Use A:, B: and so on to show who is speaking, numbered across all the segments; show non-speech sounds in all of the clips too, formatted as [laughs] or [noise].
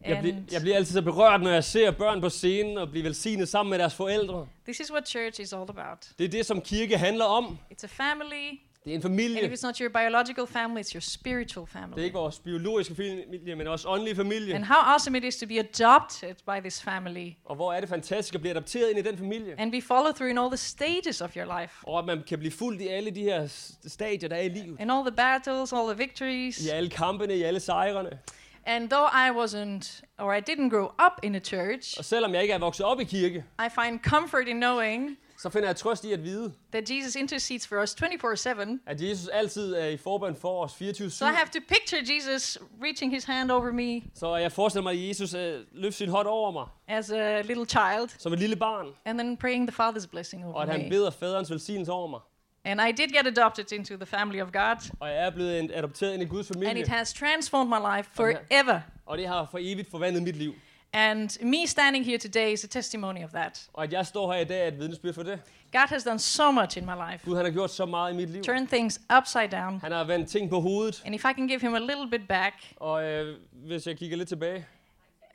A: Jeg,
B: and
A: bliver, jeg bliver altid så berørt, når jeg ser børn på scenen og bliver velsignet sammen med deres forældre.
B: this is what church is all about.
A: Det er det, som kirke handler om.
B: It's a family,
A: Det er en
B: and if
A: familie.
B: it's not your biological family, it's your spiritual
A: Det er
B: family.
A: ikke vores biologiske familie, men også åndelige familie.
B: And how awesome it is to be adopted by this family
A: Og hvor er det fantastisk at blive adopteret ind i den familie.
B: and be followed through in all the stages of your life.
A: Og at man kan blive fuldt i alle de her s- stadier, der er i livet.
B: In all the battles, all the victories.
A: I alle kampene, i alle sejrene.
B: And though I wasn't, or I didn't grow up in a church,
A: Og selvom jeg ikke er vokset op i kirke,
B: I find comfort in knowing
A: så finder jeg trøst i at vide,
B: that Jesus intercedes for us 24 7.
A: at Jesus altid er i forbøn for os 24-7.
B: So I have to picture Jesus reaching his hand over me
A: Så jeg forestiller mig, at Jesus øh, løfter sin hånd over mig,
B: as a little child
A: som et lille barn.
B: and then praying the Father's blessing
A: Og at
B: over
A: han
B: me.
A: beder faderens velsignelse over mig.
B: And I did get adopted into the family of God,
A: Og jeg er blevet en- adopteret ind i Guds
B: and
A: familie.
B: it has transformed my life
A: Okay.
B: forever.
A: Og det har for evigt forvandlet mit liv.
B: And me standing here today is a testimony of that.
A: Og at jeg står her i dag er et vidnesbyrd for det.
B: God has done so much in my life,
A: Gud han har gjort så meget i mit liv.
B: turned things upside down.
A: Han har vendt ting på hovedet.
B: And if I can give him a little bit back,
A: Og øh, hvis jeg kigger lidt tilbage,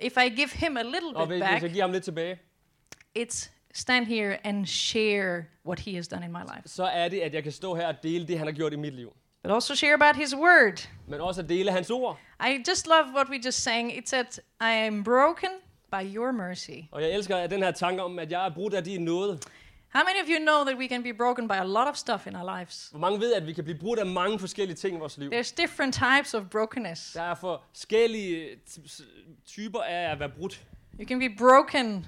B: if I give him a little
A: og
B: bit
A: hvis, hvis jeg
B: back,
A: giver ham lidt tilbage,
B: it's stand here and share what he has done in my life.
A: så er det, at jeg kan stå her og dele det, han har gjort i mit liv.
B: But also share about his word.
A: Men også at dele hans ord.
B: I just love what we just sang. It said, I am broken by your mercy.
A: Og jeg elsker den her tanke om, at jeg er brudt af din nåde.
B: How many of you know that we can be broken by a lot of stuff in our lives?
A: Hvor mange ved, at vi kan blive brudt af mange forskellige ting i vores liv.
B: There's different types of brokenness.
A: Der er forskellige ty- s- typer af at være brudt.
B: You can be broken,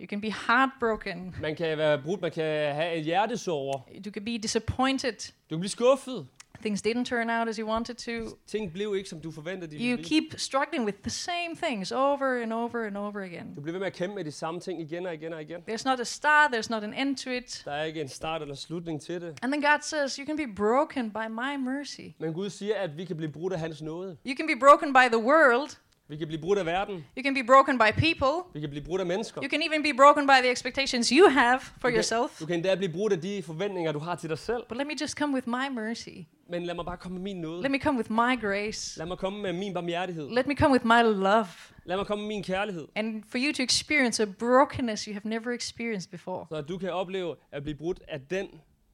B: you can be heartbroken,
A: Man kan være brudt, man kan have en hjertesorger.
B: you can be disappointed.
A: Du kan blive skuffet.
B: Things didn't turn out as you wanted to.
A: Ting blev ikke, som du forventede, de
B: You
A: ville.
B: keep struggling with the same things over and over and over again.
A: Du bliver ved med at kæmpe med de samme ting igen og igen og igen.
B: There's not a start, there's not an end to it.
A: Der er ikke en start eller slutning til det.
B: And then God says, You can be broken by my mercy.
A: Men Gud siger, at vi kan blive brudt af hans nåde.
B: You can be broken by the world.
A: Vi kan blive brudt af verden.
B: You can be broken by people.
A: Vi kan blive brudt af mennesker.
B: You can even be broken by the expectations you have for
A: Du
B: yourself.
A: kan, du kan endda blive brudt af de forventninger, du har til dig selv.
B: But let me just come with my mercy.
A: Men lad mig bare komme med min nåde.
B: Let me come with my grace.
A: Lad mig komme med min barmhjertighed.
B: Let me come with my love.
A: Lad mig komme med min kærlighed.
B: And for you to experience a brokenness you have never experienced before.
A: Så du kan opleve at blive brudt af den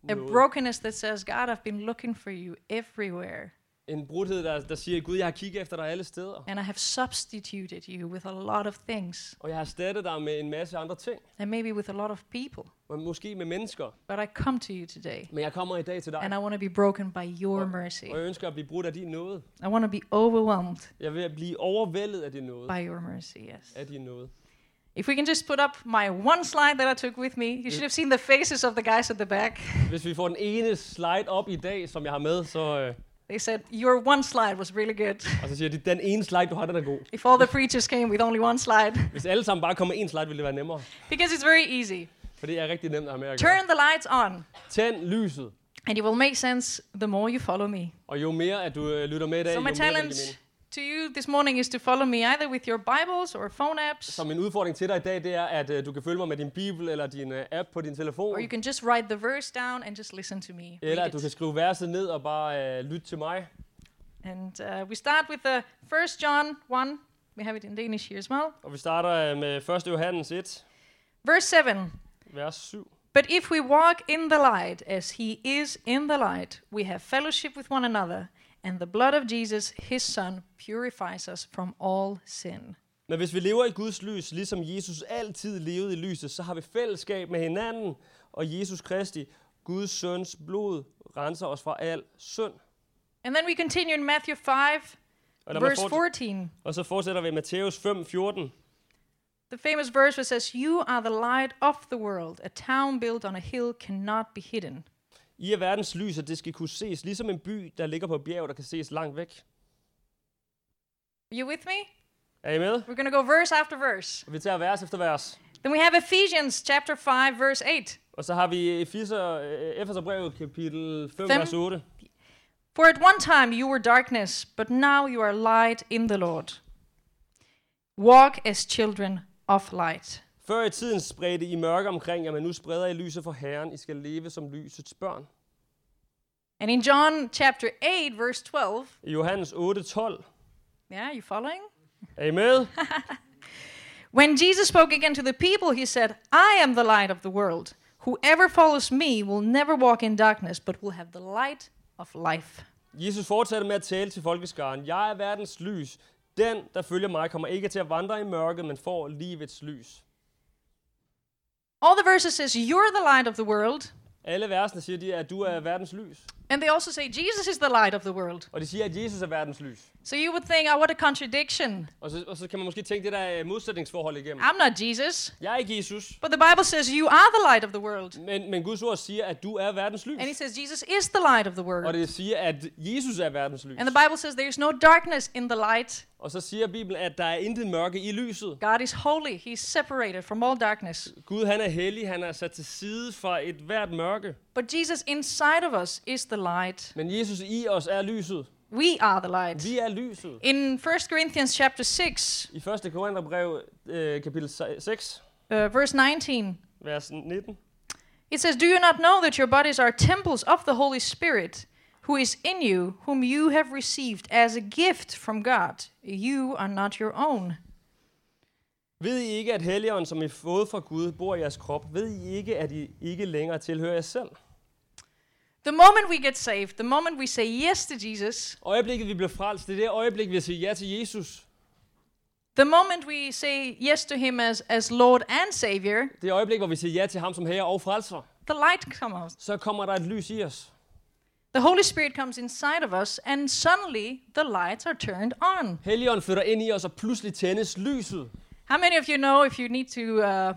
B: A
A: nåde.
B: brokenness that says, God, I've been looking for you everywhere.
A: en brudhed, der, der siger, Gud, jeg har kigget efter dig alle steder.
B: And I have substituted you with a lot of things.
A: Og jeg har erstattet dig med en masse andre ting.
B: And maybe with a lot of people.
A: Og Måske med mennesker.
B: But I come to you today.
A: Men jeg kommer i dag til dig.
B: And I want to be broken by your mercy.
A: Og jeg ønsker at blive brudt af din nåde.
B: I want to be overwhelmed
A: Jeg vil blive overvældet af din nåde.
B: by your mercy, yes.
A: Af din nåde.
B: If we can just put up my one slide that I took with me, you should have seen the faces of the guys at the back.
A: Hvis vi får den ene slide op i dag, som jeg har med, så, øh,
B: They said, Your one slide was really good.
A: og så siger de, den ene slide, du har, den er god.
B: If all the preachers came with only one slide,
A: Hvis alle sammen bare kommer en slide, ville det være nemmere.
B: because it's very easy.
A: For det er rigtig nemt at have med at gøre.
B: Turn the lights on,
A: Tænd lyset.
B: and it will make sense the more you follow me.
A: Og jo mere, at du øh, lytter med i dag,
B: So,
A: jo
B: my
A: mere vil det give mening.
B: challenge to you this morning is to follow me either with your Bibles or phone apps,
A: Så min udfordring til dig i dag, det er, at øh, du kan følge mig med din bibel eller din øh, app på din telefon.
B: or Oh, you can just write the verse down and just listen to me. read
A: Eller at du
B: it.
A: kan skrive verset ned og bare øh, lytte til mig.
B: And uh, we start with the First John 1. We have it in Danish here as well.
A: Og vi starter øh, med 1. Johannes 1,
B: Verse 7.
A: vers 7.
B: But if we walk in the light as he is in the light, we have fellowship with one another, and the blood of Jesus, his son, purifies us from all sin.
A: Men hvis vi lever i Guds lys, ligesom Jesus altid levede i lyset, så har vi fællesskab med hinanden, og Jesus Kristi, Guds søns blod, renser os fra al synd.
B: And then we continue in Matthew 5,
A: Og, lad mig
B: verse
A: fortsæ-
B: 14.
A: og så fortsætter vi i Matthæus 5, 14.
B: The famous verse where it says, You are the light of the world. A town built on a hill cannot be hidden.
A: I er verdens lys, og det skal kunne ses, ligesom en by, der ligger på et bjerg, der kan ses langt væk.
B: Are you with me?
A: Er I med?
B: We're going to go verse after verse.
A: Og vi tager vers efter vers.
B: Then we have Ephesians chapter 5, verse 8.
A: Og så har vi Efeser, Efeserbrevet kapitel 5,
B: Fem.
A: vers 8.
B: For at one time you were darkness, but now you are light in the Lord. Walk as children of light.
A: Før i tiden spredte I mørke omkring jer, men nu spreder I lyset for Herren. I skal leve som lysets børn.
B: And in John chapter 8, verse 12,
A: I Johannes 8, 12.
B: yeah, you following?
A: Er I med? [laughs]
B: When Jesus spoke again to the people, he said, I am the light of the world. Whoever follows me will never walk in darkness, but will have the light of life.
A: Jesus fortsatte med at tale til folkeskaren. Jeg er verdens lys. Den, der følger mig, kommer ikke til at vandre i mørket, men får livets lys.
B: All the verses says, You're the light of the world.
A: Alle versene siger de, at du er verdens lys.
B: And they also say, Jesus is the light of the world.
A: Og de siger, at Jesus er verdens lys.
B: So you would think, oh, what a contradiction.
A: Og så, og så kan man måske tænke det der øh, modsætningsforhold igennem.
B: I'm not Jesus.
A: Jeg er ikke Jesus,
B: But the Bible says, You are the light of the world.
A: men, men Guds ord siger, at du er verdens lys.
B: And it says, Jesus is the light of the
A: Og
B: world.
A: det siger, at Jesus er verdens lys.
B: And the Bible says, There is no darkness in the light.
A: Og så siger Bibelen, at der er intet mørke i lyset.
B: God is holy. He's separated from all darkness.
A: Gud han er hellig, han er sat til side fra et hvert mørke.
B: But Jesus inside of us is the light.
A: Men Jesus i os er lyset.
B: We are the light.
A: Vi er lyset.
B: In 1 Corinthians chapter 6,
A: I 1. Korintherbrev øh, kapitel se- 6,
B: uh, verse 19,
A: vers 19.
B: it says, Do you not know that your bodies are temples of the Holy Spirit, who is in you, whom you have received as a gift from God? You are not your own.
A: Ved I ikke, at helligånden, som I har fået fra Gud, bor i jeres krop? Ved I ikke, at I ikke længere tilhører jer selv?
B: The moment we get saved, the moment we say yes to Jesus,
A: Øjeblikket, vi bliver frelst, det er det øjeblik, vi siger ja til Jesus.
B: the moment we say yes to Him as, as Lord and Savior,
A: Det øjeblik, hvor vi siger ja til ham som herre og frelser.
B: the light comes.
A: Så kommer der et lys i os.
B: The Holy Spirit comes inside of us, and suddenly the lights are turned on.
A: Helligånden flytter ind i os, og pludselig tændes lyset.
B: How many of you know if you need to uh,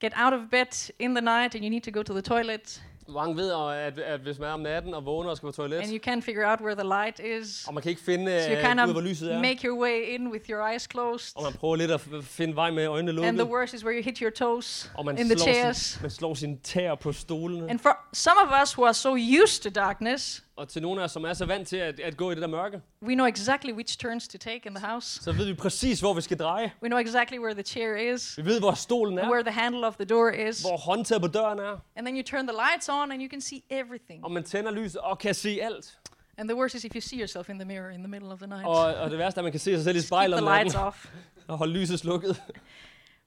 B: get out of bed in the night and you need to go to the toilet
A: Mange ved, og at, at hvis man er om natten og vågner og skal på toilet,
B: and you can't figure out where the light is?
A: og man kan ikke finde
B: So you
A: øh,
B: kind
A: ud af, hvor lyset
B: of
A: er,
B: make your way in with your eyes closed.
A: og man prøver lidt at f- finde vej med øjnene
B: And the
A: lukket,
B: worst is where you hit your toes
A: og man
B: in the
A: slår,
B: chairs.
A: sin, man slår sine tæer på stolene.
B: And for some of us who are so used to darkness,
A: Og til nogle af os, som er så vant til at, at gå i det der mørke,
B: we know exactly which turns to take in the house.
A: så ved vi præcis, hvor vi skal dreje.
B: We know exactly where the chair is,
A: Vi ved, hvor stolen er,
B: where the handle of the door is.
A: hvor håndtaget på døren er,
B: And then you turn the lights on and you can see everything.
A: og man tænder lyset og kan se alt.
B: And the worst is if you see yourself in the mirror in the middle of the night.
A: Og, og det værste er, at man kan se sig selv i
B: Just keep
A: spejlet
B: the
A: om
B: lights
A: natten
B: off.
A: og holde lyset slukket.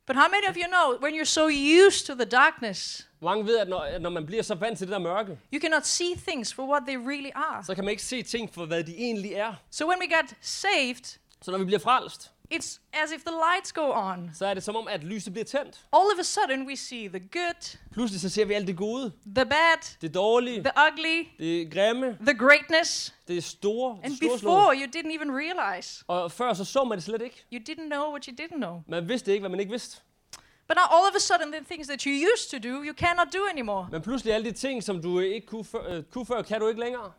B: But how many of you know when you're so used to the darkness,
A: Mange ved, at når, at når man bliver så vant til det der mørke,
B: you cannot see things for what they really are.
A: så kan man ikke se ting for, hvad de egentlig er.
B: So when we got saved,
A: Så når vi bliver frelst,
B: it's as if the lights go on.
A: så er det som om, at lyset bliver tændt.
B: All of a sudden, we see the good,
A: Pludselig så ser vi alt det gode,
B: the bad,
A: det dårlige,
B: the ugly,
A: det grimme,
B: the greatness.
A: det store, det
B: And
A: storslåede.
B: before, you didn't even realize.
A: Og før så så man det slet ikke.
B: You didn't know what you didn't know.
A: Man vidste ikke, hvad man ikke vidste.
B: But now, all of a sudden, the things that you used to do, you cannot do anymore.
A: Men pludselig alle de ting, som du ikke kunne før, øh, kunne før kan du ikke længere.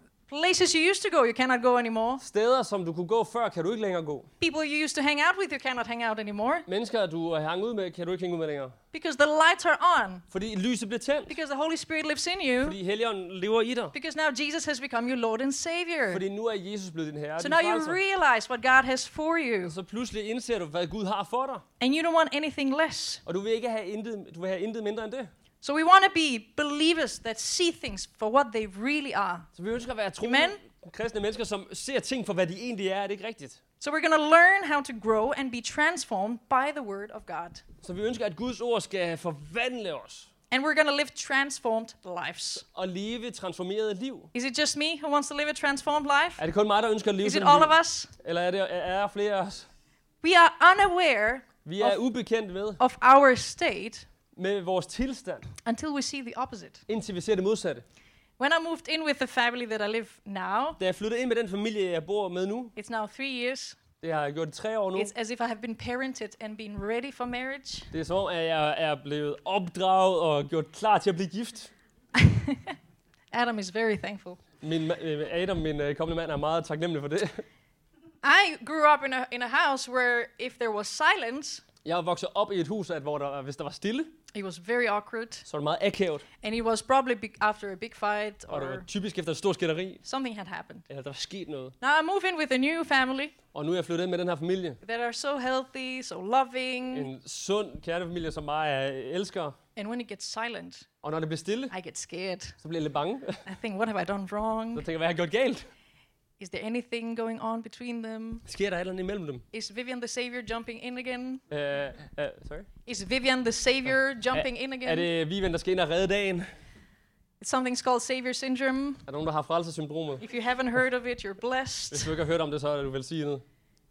B: Places you used to go, you cannot go anymore.
A: Steder, som du kunne gå før, kan du ikke længere gå.
B: People you used to hang out with, you cannot hang out anymore
A: Mennesker, du hang ud med, kan du ikke hænge ud med længere.
B: because the lights are on,
A: Fordi lyset bliver tændt.
B: because the Holy Spirit lives in you,
A: Fordi Helligånden lever i dig.
B: because now Jesus has become your Lord and Savior.
A: Fordi nu er Jesus blevet din herre. og
B: So
A: din
B: now you
A: frelser.
B: realize what God has for you,
A: Så pludselig indser du, hvad Gud har for dig.
B: and you don't want anything less.
A: Og du vil ikke have intet, du vil have intet mindre end det.
B: So we want to be believers that see things for what they really are.
A: Så vi ønsker at være troende kristne mennesker, som ser ting for, hvad de egentlig er. Er det ikke rigtigt?
B: So we're going to learn how to grow and be transformed by the Word of God.
A: Så vi ønsker, at Guds ord skal forvandle os
B: And we're going to live transformed lives.
A: og leve et transformeret liv.
B: Is it just me who wants to live a transformed life?
A: Er det kun mig, der ønsker at leve
B: Is it
A: sådan
B: all
A: et
B: of
A: liv?
B: us?
A: Eller er, det, er der flere af os?
B: We are unaware
A: Vi er
B: Of-
A: ubekendt med,
B: of our state
A: med vores tilstand,
B: until we see the opposite.
A: indtil vi ser det modsatte.
B: When I moved in with the family that I live now,
A: Da jeg flyttede ind med den familie, jeg bor med nu,
B: it's now three years.
A: det har jeg gjort i tre år nu,
B: It's as if I have been parented and been ready for marriage.
A: det er som om, at jeg er blevet opdraget og gjort klar til at blive gift.
B: Adam is very thankful.
A: Min, ma- øh, Adam, min øh, kommende mand, er meget taknemmelig for det. [laughs]
B: I grew up in a, in a house where if there was silence,
A: Jeg er vokset op i et hus, at hvor der, hvis der var stille,
B: it was very awkward.
A: så var det meget akavet,
B: And it was probably be- after a big fight
A: og det var
B: or
A: typisk efter et stort skænderi,
B: something had happened.
A: eller der var sket noget.
B: Now I move in with a new family
A: Og nu er jeg flyttet ind med den her familie.
B: that are so healthy, so loving.
A: En sund kernefamilie, som mig er elsker.
B: And when it gets silent,
A: Og når det bliver stille,
B: I get scared.
A: så bliver jeg lidt bange. [laughs]
B: I think, what have I done
A: Så
B: wrong?
A: tænker jeg, hvad har jeg gjort galt?
B: Is there anything going on between them?
A: Sker der et eller andet imellem dem?
B: Is Vivian the Savior jumping in again?
A: Øh, øh, sorry?
B: Is Vivian the Savior jumping in
A: Er
B: again?
A: det Vivian, der skal ind og redde dagen?
B: Something's called Savior Syndrome.
A: Er der nogen, der har frelsersyndromet?
B: If you haven't heard of it, you're
A: Hvis
B: blessed.
A: [laughs] du ikke har hørt om det, så er du velsignet.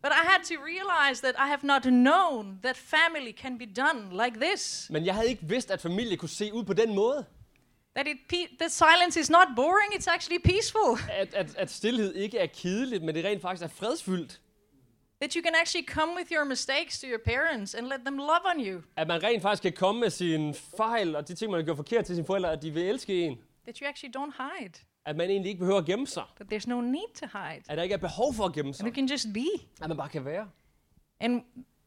B: But I had to realize that I have not known that family can be done like this.
A: Men jeg havde ikke vidst, at familie kunne se ud på den måde.
B: That it pe- that silence is not boring, it's actually peaceful. [laughs]
A: At, at, at stillhed ikke er kedeligt, men det rent faktisk er fredsfyldt.
B: That you can actually come with your mistakes to your parents and let them love on you.
A: At man rent faktisk kan komme med sine fejl og de ting, man har gjort forkert til sine forældre, at de vil elske en.
B: That you actually don't hide.
A: At man egentlig ikke behøver at gemme sig.
B: That there's no need to hide.
A: At der ikke er behov for at gemme
B: And you
A: sig.
B: can just be.
A: At man bare kan være.
B: And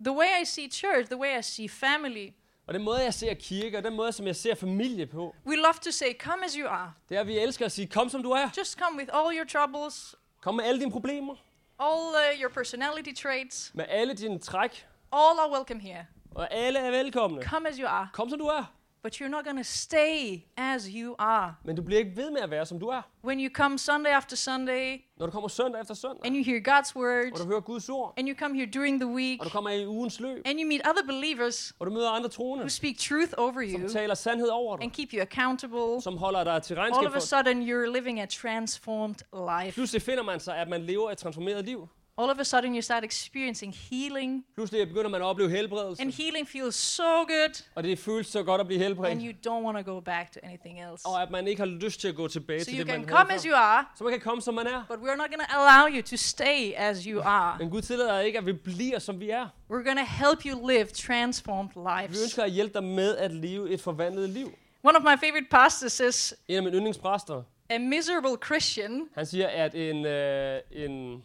B: the way I see church, the way I see family,
A: Og den måde, jeg ser kirke, og den måde, som jeg ser familie på,
B: we love to say, come as you are.
A: det er, at vi elsker at sige, kom som du er.
B: Just come with all your troubles,
A: Kom med alle dine problemer,
B: all uh, your personality traits.
A: med alle dine træk,
B: All are welcome here.
A: og alle er velkomne.
B: Come as you are.
A: Kom som du er.
B: But you're not going to stay as you are.
A: Men du bliver ikke ved med at være, som du er.
B: When you come Sunday after Sunday
A: Når du kommer søndag efter søndag,
B: and you hear God's word
A: og du hører Guds ord,
B: and you come here during the week
A: og du kommer i ugens løb,
B: and you meet other believers
A: og du møder andre troende,
B: who speak truth over you
A: som taler sandhed over dig,
B: and keep you accountable,
A: som holder dig til
B: all
A: regnskab
B: of a
A: for.
B: sudden you're living a transformed life.
A: Pludselig finder man sig, at man lever et transformeret liv.
B: All of a sudden you start experiencing healing
A: Pludselig begynder man at opleve helbredelse,
B: and healing feels so good
A: og det føles så godt at blive
B: and
A: helbredt,
B: you don't want to go back to anything else.
A: og at man ikke har lyst til at gå tilbage
B: So
A: til
B: you
A: det,
B: can
A: man
B: come
A: havde
B: as
A: før.
B: you are,
A: Så man kan komme, som man er.
B: but we're not going to allow you to stay as you are.
A: Men Gud tillader ikke, at vi bliver, som vi er.
B: We're going to help you live transformed
A: Vi
B: lives.
A: ønsker at hjælpe dig med at leve et forvandlet liv.
B: One of my favorite pastors says,
A: En af mine yndlingspræster,
B: a miserable Christian,
A: han siger, at en, øh, en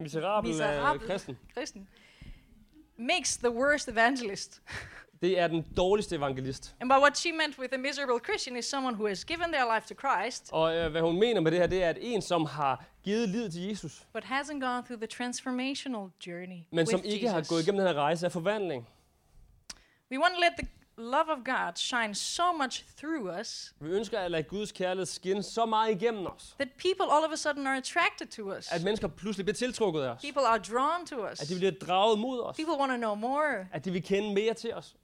A: miserabel, miserabel.
B: Miserabel.
A: Øh, kristen,
B: Christian, makes the worst evangelist.
A: det er den dårligste evangelist.
B: And by what she meant with a miserable Christian is someone who has given their life to Christ,
A: Og øh, hvad hun mener med det her, det er, at en, som har givet livet til Jesus,
B: but hasn't gone through the transformational journey
A: men som
B: with
A: ikke har
B: Jesus.
A: gået igennem den her rejse af forvandling.
B: We want to let the love of God shine so much through us
A: Vi ønsker at lade Guds kærlighed skinne så meget igennem os,
B: that people all of a sudden are attracted to us.
A: at mennesker pludselig bliver tiltrukket af os.
B: People are drawn to us.
A: At de bliver draget mod os.
B: People want to know more.
A: At de vil kende mere til os.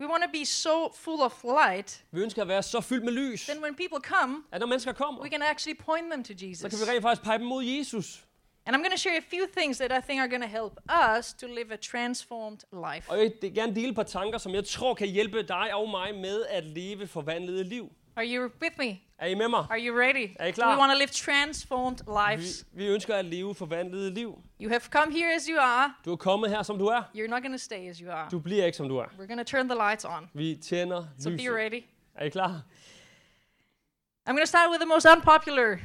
B: We want to be so full of light
A: Vi ønsker at være så fyldt med lys,
B: then when people come,
A: at når mennesker kommer,
B: we can actually point them to
A: så
B: Jesus.
A: kan vi rent faktisk pege dem mod Jesus.
B: And I'm going to share a few things that I think are going to help us to live a transformed life.
A: Og jeg vil gerne dele et par tanker, som jeg tror kan hjælpe dig og mig med at leve forvandlede liv.
B: Are you with me?
A: Er I med mig?
B: Are you ready?
A: Er I
B: Do we
A: klar?
B: want to live transformed
A: Vi,
B: lives?
A: vi ønsker at leve forvandlede liv.
B: You have come here as you are.
A: Du er kommet her, som du er.
B: You're not going to stay as you are.
A: Du bliver ikke, som du er.
B: We're going to turn the lights on.
A: Vi tænder
B: So be
A: lyset.
B: ready.
A: Er I klar?
B: I'm going to start with the most unpopular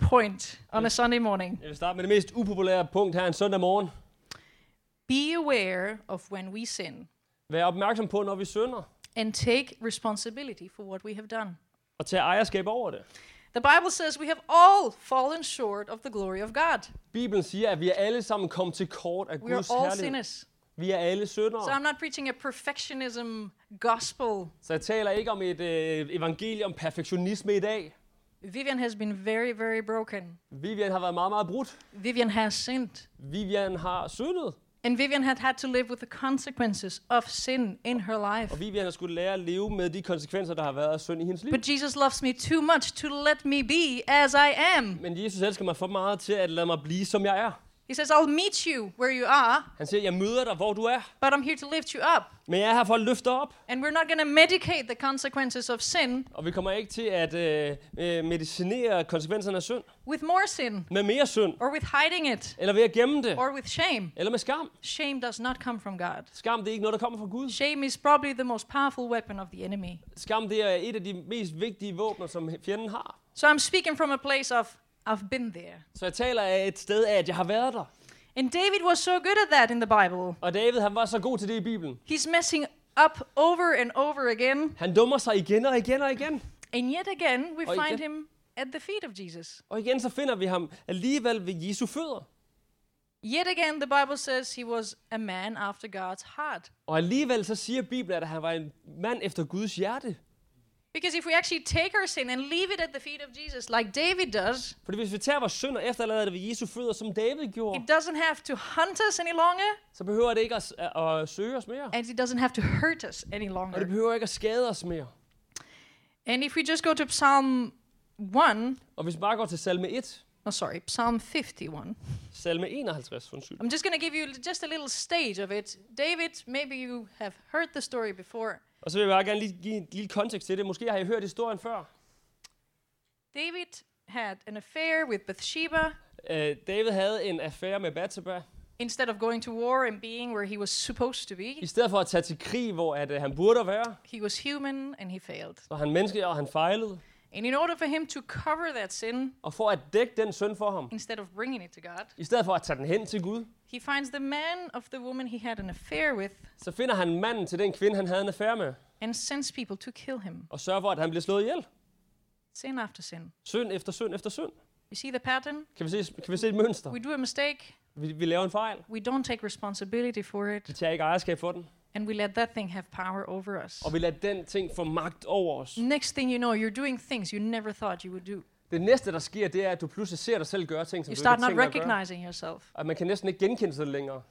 B: point on a Sunday morning.
A: Jeg vil starte med det mest upopulære punkt her en søndag morgen.
B: Be aware of when we sin
A: Vær opmærksom på, når vi synder,
B: and take responsibility for what we have done.
A: og tage ejerskab over det.
B: The Bible says we have all fallen short of the glory of God.
A: Bibelen siger, at vi er alle sammen kommet til kort af
B: We are
A: Guds
B: all
A: herlighed.
B: sinners.
A: Vi er alle syndere.
B: So I'm not preaching a perfectionism gospel.
A: Så jeg taler ikke om et øh, evangelium om perfektionisme i dag.
B: Vivian has been very, very broken.
A: Vivian har været meget, meget brudt.
B: Vivian has sinned.
A: Vivian har syndet,
B: And Vivian had had to live with the consequences of sin in her life.
A: og Vivian har skulle lære at leve med de konsekvenser, der har været af synd i hendes liv.
B: But Jesus loves me too much to let me be as I am.
A: Men Jesus elsker mig for meget til at lade mig blive, som jeg er.
B: He says, I'll meet you where you are,
A: Han siger, jeg møder dig, hvor du er,
B: but I'm here to lift you up.
A: men jeg er her for at løfte dig op.
B: And we're not going to medicate the consequences of sin
A: Og vi kommer ikke til at øh, øh, medicinere konsekvenserne af synd
B: with more sin,
A: med mere synd,
B: or with hiding it,
A: eller ved at gemme det,
B: or with shame.
A: eller med skam.
B: Shame does not come from God.
A: Skam, det er ikke noget, der kommer fra Gud.
B: Shame is probably the most powerful weapon of the enemy.
A: Skam, det er et af de mest vigtige våbner, som fjenden har.
B: So I'm speaking from a place of, I've been there.
A: Så jeg taler af et sted af, at jeg har været der.
B: And David was so good at that in the Bible.
A: Og David, han var så god til det i Bibelen.
B: He's messing up over and over again,
A: Han dummer sig igen og igen og igen.
B: and yet again we
A: Og
B: find
A: igen.
B: him at the feet of Jesus.
A: Og igen så finder vi ham alligevel ved Jesu fødder.
B: Yet again, the Bible says he was a man after God's heart.
A: Og alligevel så siger Bibelen, at han var en mand efter Guds hjerte.
B: Because if we actually take our sin and leave it at the feet of Jesus, like David does,
A: Fordi hvis vi tager vores synd og efterlader det ved Jesu fødder, som David gjorde,
B: it doesn't have to hunt us any longer,
A: så behøver det ikke at, s- at, at søge os mere.
B: and it doesn't have to hurt us any
A: Og det
B: longer.
A: behøver ikke at skade os mere.
B: And if we just go to Psalm 1,
A: Og hvis vi bare går til salme 1,
B: no, sorry, Psalm 51,
A: salme 51, undskyld.
B: I'm just going to give you l- just a little stage of it. David, maybe you have heard the story before.
A: Og så vil jeg bare gerne lige give en lille kontekst til det. Måske har I hørt historien før.
B: David had an affair with Bathsheba.
A: Øh, David havde en affære med Bathsheba.
B: Instead of going to war and being where he was supposed to
A: I
B: be,
A: stedet for at tage til krig, hvor at, øh, han burde være,
B: he was human and he failed.
A: så var han menneske, og han fejlede.
B: And in order for him to cover that sin,
A: Og for at dække den synd for ham,
B: instead of bringing it to God,
A: i stedet for at tage den hen til Gud,
B: he finds the man of the woman he had an affair with
A: så finder han manden til den kvinde, han havde en affære med,
B: and sends people to kill him,
A: og sørger for, at han bliver slået ihjel.
B: sin after sin.
A: Synd efter synd efter synd.
B: You see the pattern?
A: Kan vi se, kan vi se et mønster?
B: We do a mistake,
A: Vi, vi laver en fejl.
B: we don't take responsibility for
A: Vi
B: it,
A: tager ikke ejerskab for den.
B: and we let that thing have power over us.
A: Og vi lader den ting få magt over os.
B: Next thing you know, you're doing things you never thought you would do.
A: Det næste, der sker, det er, at du pludselig ser dig selv gøre ting, som
B: You
A: du
B: start
A: ikke
B: not
A: tænker at gøre.
B: recognizing yourself.
A: Og man kan næsten ikke genkende sig længere.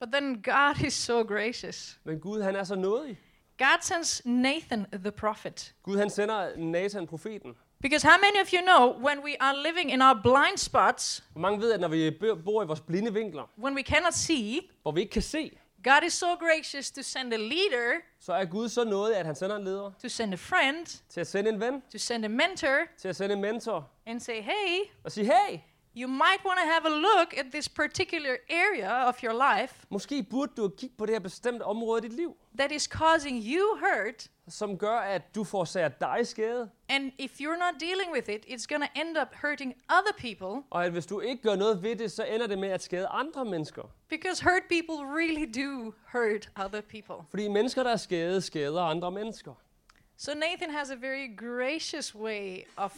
B: But then God is so gracious.
A: Men Gud, han er så nådig.
B: God sends Nathan the prophet.
A: Gud, han sender Nathan, profeten.
B: Because how many of you know when we are living in our blind spots,
A: Hvor mange ved, at når vi bø- bor i vores blinde vinkler,
B: when we cannot see,
A: hvor vi ikke kan se,
B: God is so gracious to send a leader,
A: så er Gud så nådig, at han sender en leder
B: to send a friend,
A: til at sende en ven,
B: to send a mentor,
A: til at sende en mentor
B: and say, hey,
A: og sige, hey,
B: you might want to have a look at this particular area of your life
A: måske burde du kigge på det her bestemte område i dit liv,
B: that is causing you hurt.
A: som gør, at du forårsager dig skade,
B: And if you're not dealing with it, it's going to end up hurting other people
A: og at hvis du ikke gør noget ved det, så ender det med at skade andre mennesker.
B: because hurt people really do hurt other people.
A: Fordi mennesker, der er skade, skader andre mennesker.
B: So Nathan has a very gracious way of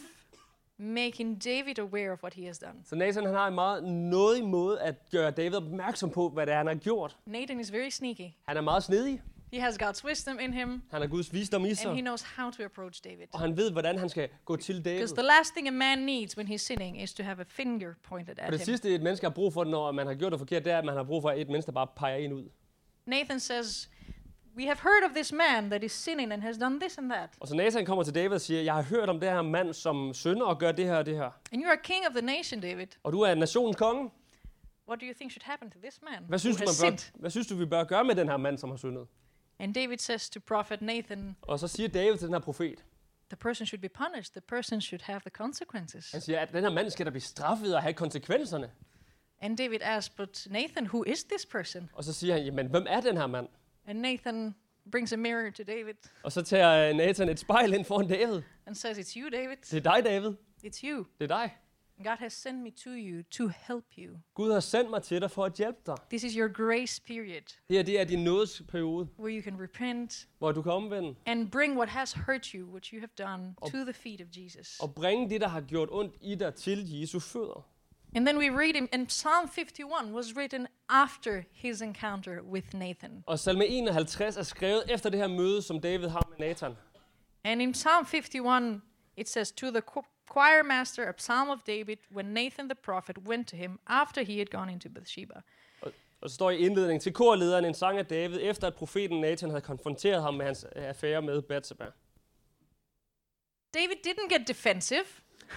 B: making David aware of what he has done.
A: Så Nathan han har en meget nådig måde at gøre David opmærksom på, hvad det er, han har gjort.
B: Nathan is very sneaky.
A: Han er meget snedig,
B: He has God's wisdom in him,
A: han har Guds visdom i
B: and he
A: sig,
B: knows how to approach David.
A: og han ved, hvordan han skal gå til David.
B: Because the last thing a man needs when he's sinning is to have a finger pointed
A: Og
B: at
A: det
B: him.
A: sidste, et menneske har brug for, når man har gjort det forkert, det er, at man har brug for et menneske, der bare peger en ud.
B: Nathan says, We have heard of this man that is sinning and has done this and that.
A: Og så Nathan kommer til David og siger, jeg har hørt om det her mand, som synder og gør det her og det her.
B: And you are king of the nation, David.
A: Og du er nationens konge.
B: What do you think should happen to this man?
A: Hvad synes, du,
B: who
A: man
B: has sinned?"
A: bør, hvad synes du, vi bør gøre med den her mand, som har syndet?
B: And David says to prophet Nathan,
A: Og så siger David til den her profet,
B: The person should be punished. The person should have the consequences.
A: han siger, at den her mand skal da blive straffet og have konsekvenserne.
B: And David asks, But Nathan, who is this person?
A: Og så siger han, jamen, hvem er den her mand?
B: And Nathan brings a mirror to David
A: Og så tager øh, Nathan et spejl ind foran David.
B: and says, It's you, David.
A: Det er dig, David.
B: It's you.
A: Det er dig.
B: God has sent me to you to help you.
A: Gud har sendt mig til dig for at hjælpe dig.
B: This is your grace period
A: Det her, det er din nådesperiode,
B: where you can repent
A: hvor du kan omvende.
B: and bring what has hurt you, what you have done, to the feet of Jesus.
A: Og bringe det, der har gjort ondt i dig, til Jesu fødder.
B: And then we read him, and Psalm 51 was written after his encounter with Nathan.
A: Og salme 51 er skrevet efter det her møde, som David har med Nathan.
B: And in Psalm 51, it says, To the qu- choir master, a psalm of David, when Nathan the prophet went to him after he had gone into Bathsheba.
A: Og så står i indledningen til korlederen en sang af David, efter at profeten Nathan havde konfronteret ham med hans øh, affære med Bathsheba.
B: David didn't get defensive.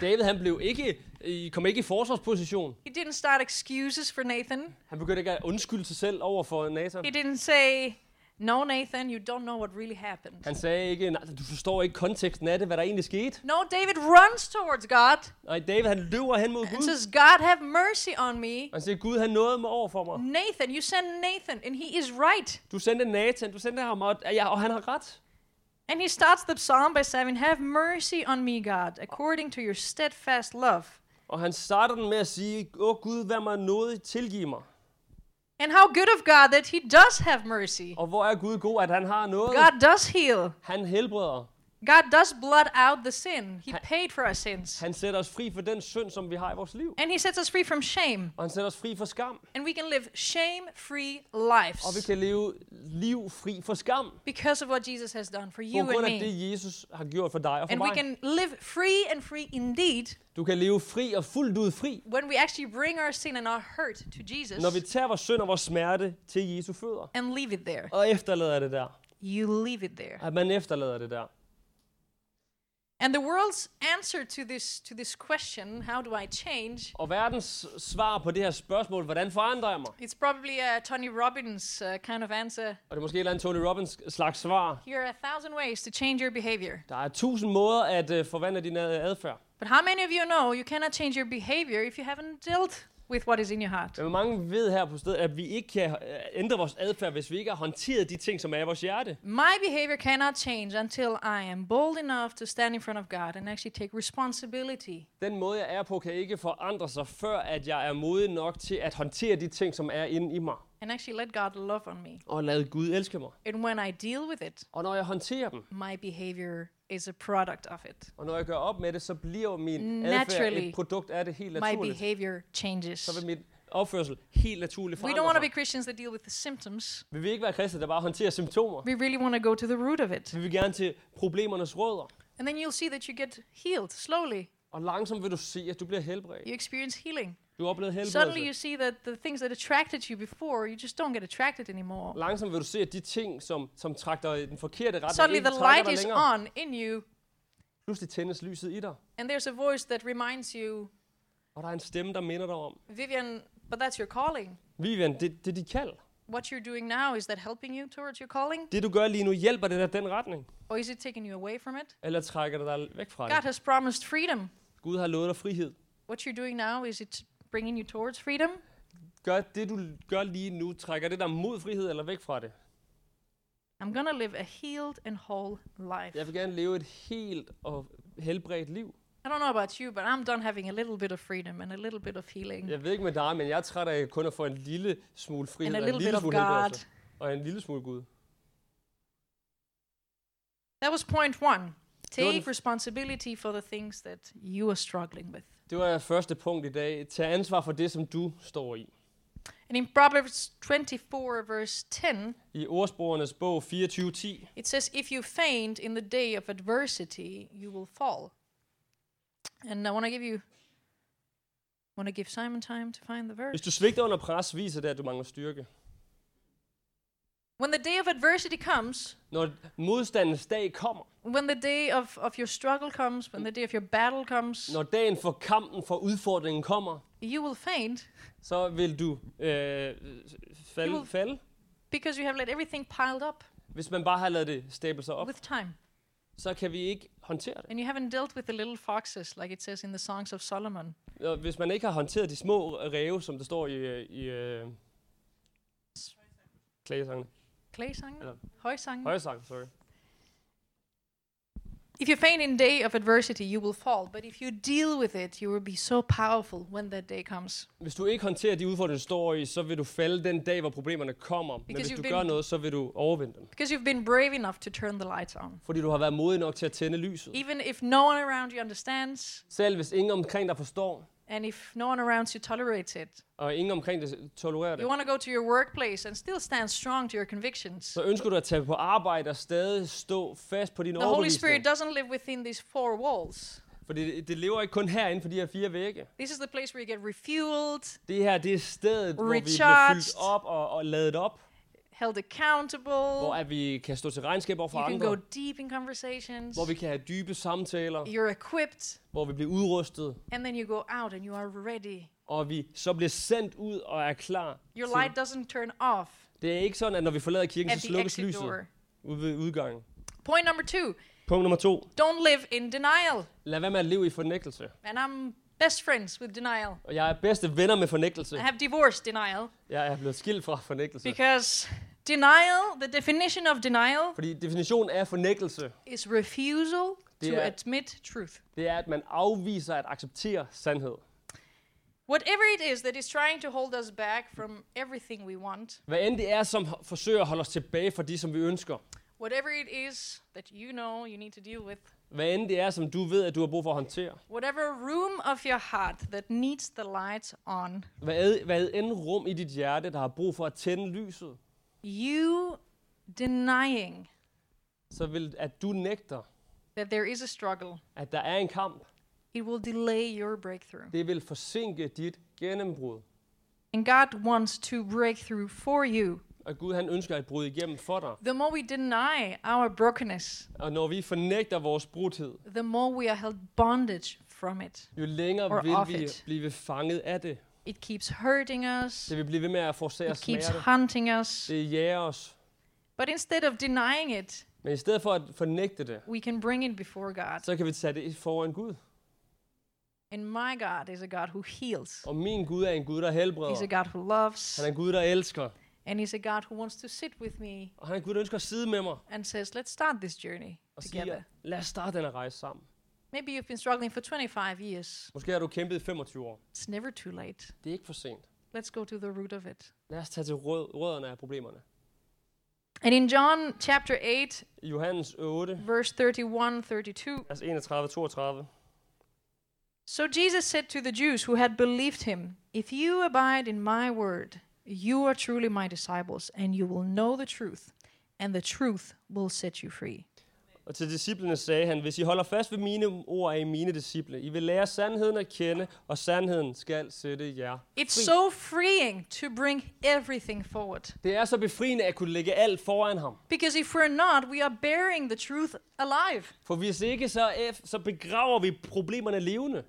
A: David han blev ikke, øh, kom ikke i forsvarsposition.
B: He didn't start excuses for Nathan.
A: Han begyndte ikke at undskylde sig selv over for Nathan.
B: He didn't say, No, Nathan, you don't know what really happened.
A: Han sagde ikke, nej, du forstår ikke konteksten af det, hvad der egentlig skete.
B: No, David runs towards God
A: Nej, David han løber hen mod
B: and
A: Gud.
B: says, God, have mercy on me.
A: Og han siger, Gud han nåede mig over for mig.
B: Nathan, you send Nathan, and he is right.
A: Du sendte Nathan, du sendte ham, og, ja, og han har ret.
B: And he starts the psalm by saying, Have mercy on me, God, according to your steadfast love.
A: Og han starter den med at sige, åh Gud, vær mig nådig, tilgiv mig.
B: And how good of God that he does have mercy.
A: Oh. Og hvor er Gud god, at han har noget.
B: God does heal.
A: Han helbreder.
B: God does blot out the sin. He
A: Han-
B: paid for our sins.
A: Han sætter os fri for den synd, som vi har i vores liv.
B: And he sets us free from shame.
A: Og han sætter os fri for skam.
B: And we can live shame free
A: Og vi
B: lives
A: kan leve liv fri for skam.
B: because of what Jesus has done for
A: På
B: you and
A: grund af
B: me.
A: det, Jesus har gjort for dig og for
B: And we
A: mig.
B: can live free and free indeed
A: Du kan leve fri og fuldt ud fri,
B: when we actually bring our sin and our hurt to Jesus
A: når vi tager vores synd og vores smerte til Jesu fødder.
B: and leave it there.
A: Og efterlader det der.
B: You leave it there.
A: At man efterlader det der.
B: And the world's answer to this to this question, how do I change?
A: Og verdens svar på det her spørgsmål, hvordan forandrer jeg mig?
B: It's probably a Tony Robbins uh, kind of answer.
A: Og det er måske et eller andet Tony Robbins slags svar.
B: Here are a thousand ways to change your behavior.
A: Der er tusind måder at øh, forvandle din ad- adfærd.
B: But how many of you know you cannot change your behavior if you haven't dealt with what is in your heart?
A: Men hvor mange ved her på stedet, at vi ikke kan øh, ændre vores adfærd, hvis vi ikke har håndteret de ting, som er i vores hjerte.
B: My behavior cannot change until I am bold enough to stand in front of God and actually take responsibility
A: Den måde, jeg er på, kan ikke forandre sig, før at jeg er modig nok til at håndtere de ting, som er inde i mig.
B: and actually let God love on me.
A: Og lade Gud elske mig.
B: And when I deal with it,
A: Og når jeg håndterer dem,
B: my behavior is a product of it.
A: og når jeg gør op med det, så bliver min adfærd
B: Naturally.
A: et produkt af det helt
B: My
A: naturligt.
B: behavior changes.
A: Så vil mit opførsel helt naturligt
B: We don't want
A: forandre
B: to be
A: sig.
B: Christians that deal with the symptoms.
A: Vi vil ikke være kristne, der bare håndterer symptomer.
B: We really want to go to the root of it.
A: Vi vil gerne til problemernes rødder.
B: And then you'll see that you get healed slowly.
A: Og langsomt vil du se, at du bliver helbredt.
B: You experience healing.
A: Du oplever
B: Suddenly you
A: helbredelse.
B: see that the things that attracted you before, you just don't get attracted anymore.
A: Langsomt vil du se, at de ting, som, som trak dig i den forkerte retning,
B: Suddenly
A: ikke
B: the
A: trækker
B: light
A: dig
B: is
A: længere.
B: on in you,
A: Pludselig tændes lyset i dig.
B: and there's a voice that reminds you,
A: Og der er en stemme, der minder dig om.
B: Vivian, but that's your calling.
A: Vivian, det, det er dit kald.
B: What you're doing now, is that helping you towards your calling?
A: Det, du gør lige nu, hjælper det dig den retning?
B: Or is it taking you away from it?
A: Eller trækker det dig væk fra
B: God
A: det?
B: has promised freedom.
A: Gud har lovet dig frihed.
B: What you're doing now, is it bringing you towards freedom?
A: Gør det, du gør lige nu, trækker det dig mod frihed eller væk fra det?
B: I'm gonna live a healed and whole life.
A: Jeg vil gerne leve et helt og helbredt liv.
B: I don't know about you, but I'm done having a little bit of freedom and a little bit of healing
A: Jeg ved ikke med dig, men jeg er træt af kun at få en lille smule frihed
B: and a
A: og en
B: little bit
A: lille
B: of
A: smule
B: God.
A: helbredelse. Og en lille smule Gud.
B: That was point one.
A: var
B: Take
A: den-
B: responsibility for the things that you are struggling with.
A: Det var første punkt i dag. Tag ansvar for det, som du står i.
B: And in Proverbs 24, verse 10,
A: I ordsprogernes bog 24.10,
B: it says, If you faint in the day of adversity, you will fall. And I want to give you, want to give Simon time to find the verse.
A: hvis du svigter under pres, viser det, at du mangler styrke.
B: When the day of adversity comes,
A: Når modstandens dag kommer,
B: when the day of, of your struggle comes, when the day of your battle comes,
A: når dagen for kampen, for udfordringen kommer,
B: you will faint
A: så vil du øh,
B: Jo.
A: falde, falde,
B: because you have let everything piled up
A: hvis man bare har lavet det stable sig op.
B: with time.
A: Så kan vi ikke håndtere det.
B: And you haven't dealt with the little foxes, like it says in the Songs of Solomon.
A: Og hvis man ikke har håndteret de små ræve, som der står i, øh, i øh, klagesangene. Eller-
B: Klagesang? Højsang?
A: Højesang, sorry.
B: If you faint in day of adversity, you will fall. But if you deal with it, you will be so powerful when that day comes.
A: Hvis du ikke håndterer de udfordringer, du står i, så vil du falde den dag, hvor problemerne kommer. Men
B: Because
A: hvis
B: you've
A: du
B: been-
A: gør noget, så vil du overvinde dem.
B: Because you've been brave enough to turn the lights on.
A: Fordi du har været modig nok til at tænde lyset.
B: Even if no one around you understands,
A: Selv hvis ingen omkring dig forstår,
B: and if no one around you tolerates it,
A: og ingen omkring dig tolererer
B: you
A: det,
B: want to go to your workplace and still stand strong to your convictions.
A: så ønsker du at tage på arbejde og stadig stå fast på din
B: The Holy Spirit
A: overbevisning.
B: doesn't live within these four walls.
A: Fordi det, det lever ikke kun herinde for de her fire vægge.
B: This is the place where you get refueled,
A: Det her, det er stedet, hvor vi bliver
B: Recharged.
A: fyldt op og, og ladet op.
B: held
A: Hvor
B: accountable.
A: at vi kan stå til regnskab over for
B: You can go
A: andre.
B: deep in conversations.
A: Hvor vi kan have dybe samtaler.
B: You're equipped,
A: Hvor vi bliver udrustet.
B: and then you go out and you are ready.
A: Og vi så bliver sendt ud og er klar
B: Your
A: til
B: light doesn't turn off
A: Det er ikke sådan, at når vi forlader kirken,
B: at
A: så
B: the
A: slukkes
B: exit
A: lyset
B: door.
A: ude ved udgangen.
B: Point number two
A: Punkt nummer to.
B: don't live in denial.
A: Lad være med at leve i fornægtelse.
B: And I'm best friends with denial.
A: Og jeg er bedste venner med fornægtelse.
B: I have divorced denial
A: Jeg er blevet skilt fra fornægtelse.
B: because denial, the definition of denial,
A: Fordi definitionen af fornægtelse,
B: is refusal
A: Det
B: to
A: er-
B: admit truth.
A: det er, at man afviser at acceptere sandhed.
B: Whatever it is that is trying to hold us back from everything we want,
A: Hvad end det er, som ho- forsøger at holde os tilbage fra de, som vi ønsker.
B: Whatever it is that you know you need to deal with,
A: Hvad end det er, som du ved, at du har brug for at håndtere.
B: whatever room of your heart that needs the lights on,
A: Hvad, ed- hvad end rum i dit hjerte, der har brug for at tænde lyset,
B: you denying
A: så vil, at du nægter,
B: that there is a struggle,
A: at der er en kamp.
B: it will delay your breakthrough.
A: Det vil forsinke dit gennembrud.
B: And God wants to break through for you.
A: Og Gud, han ønsker at bryde igennem for dig.
B: The more we deny our brokenness,
A: Og når vi fornægter vores brudhed,
B: the more we are held bondage from it.
A: jo længere
B: Or
A: vil
B: off
A: vi
B: it.
A: blive fanget af det.
B: It keeps hurting us,
A: Det vil blive ved med at forsere
B: it keeps
A: smerte.
B: haunting us.
A: Det jager os.
B: But instead of denying it,
A: Men i stedet for at fornægte det,
B: we can bring it before God.
A: så kan vi tage det foran Gud.
B: And my God is a God who heals.
A: Og min Gud er en Gud, der
B: He's a
A: helbreder.
B: God who loves,
A: Han er en Gud, der elsker.
B: and He's a God who wants to sit with me
A: Og han er en Gud, der ønsker at sidde med mig
B: and says, Let's start this journey
A: og siger,
B: together.
A: lad os starte den her rejse sammen.
B: Maybe you've been struggling for 25 years.
A: Måske har du kæmpet i 25 år.
B: It's never too late.
A: Det er ikke for sent.
B: Let's go to the root of it.
A: Lad os tage til rød, rødderne af problemerne.
B: And in John chapter 8,
A: I Johannes 8,
B: verse 31 32,
A: vers 31-32.
B: so Jesus said to the Jews who had believed him, If you abide in my word, you are truly my disciples, and you will know the truth, and the truth will set you free.
A: Og til disciplene sagde han, hvis I holder fast ved mine ord, er I mine disciple. I vil lære sandheden at kende, og sandheden skal sætte jer.
B: It's
A: Free.
B: so freeing to bring everything forward.
A: Det er så befriende at kunne lægge alt foran ham.
B: Because if we're not, we are bearing the truth alive.
A: For hvis ikke, så, F, så begraver vi problemerne levende.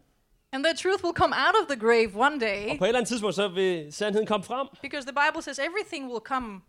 B: And the truth will come out of the grave one
A: Og
B: day.
A: på et eller andet tidspunkt, så vil sandheden komme frem.
B: Because the Bible says everything will come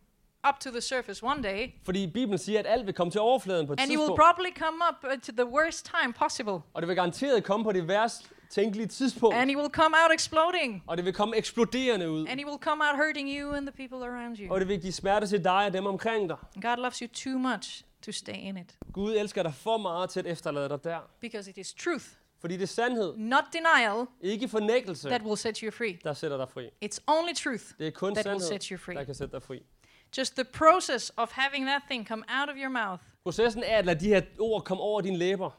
B: up to the surface one day.
A: Fordi Bibelen siger, at alt vil komme til overfladen på et
B: And it will
A: tidspunkt.
B: probably come up at the worst time possible.
A: Og det vil garanteret komme på det værst tænkelige tidspunkt.
B: And it will come out exploding.
A: Og det vil komme eksploderende ud.
B: And it will come out hurting you and the people around you.
A: Og det vil give smerte til dig og dem omkring dig.
B: God loves you too much to stay in it.
A: Gud elsker dig for meget til at efterlade dig der.
B: Because it is truth,
A: Fordi det er sandhed,
B: not denial,
A: ikke fornægtelse,
B: that will set you free.
A: der sætter dig fri.
B: It's only truth,
A: Det er kun
B: That will set you
A: sandhed,
B: free.
A: der kan sætte dig fri.
B: just the process of having that thing come out of your mouth.
A: Processen er at lade de her ord komme over dine læber.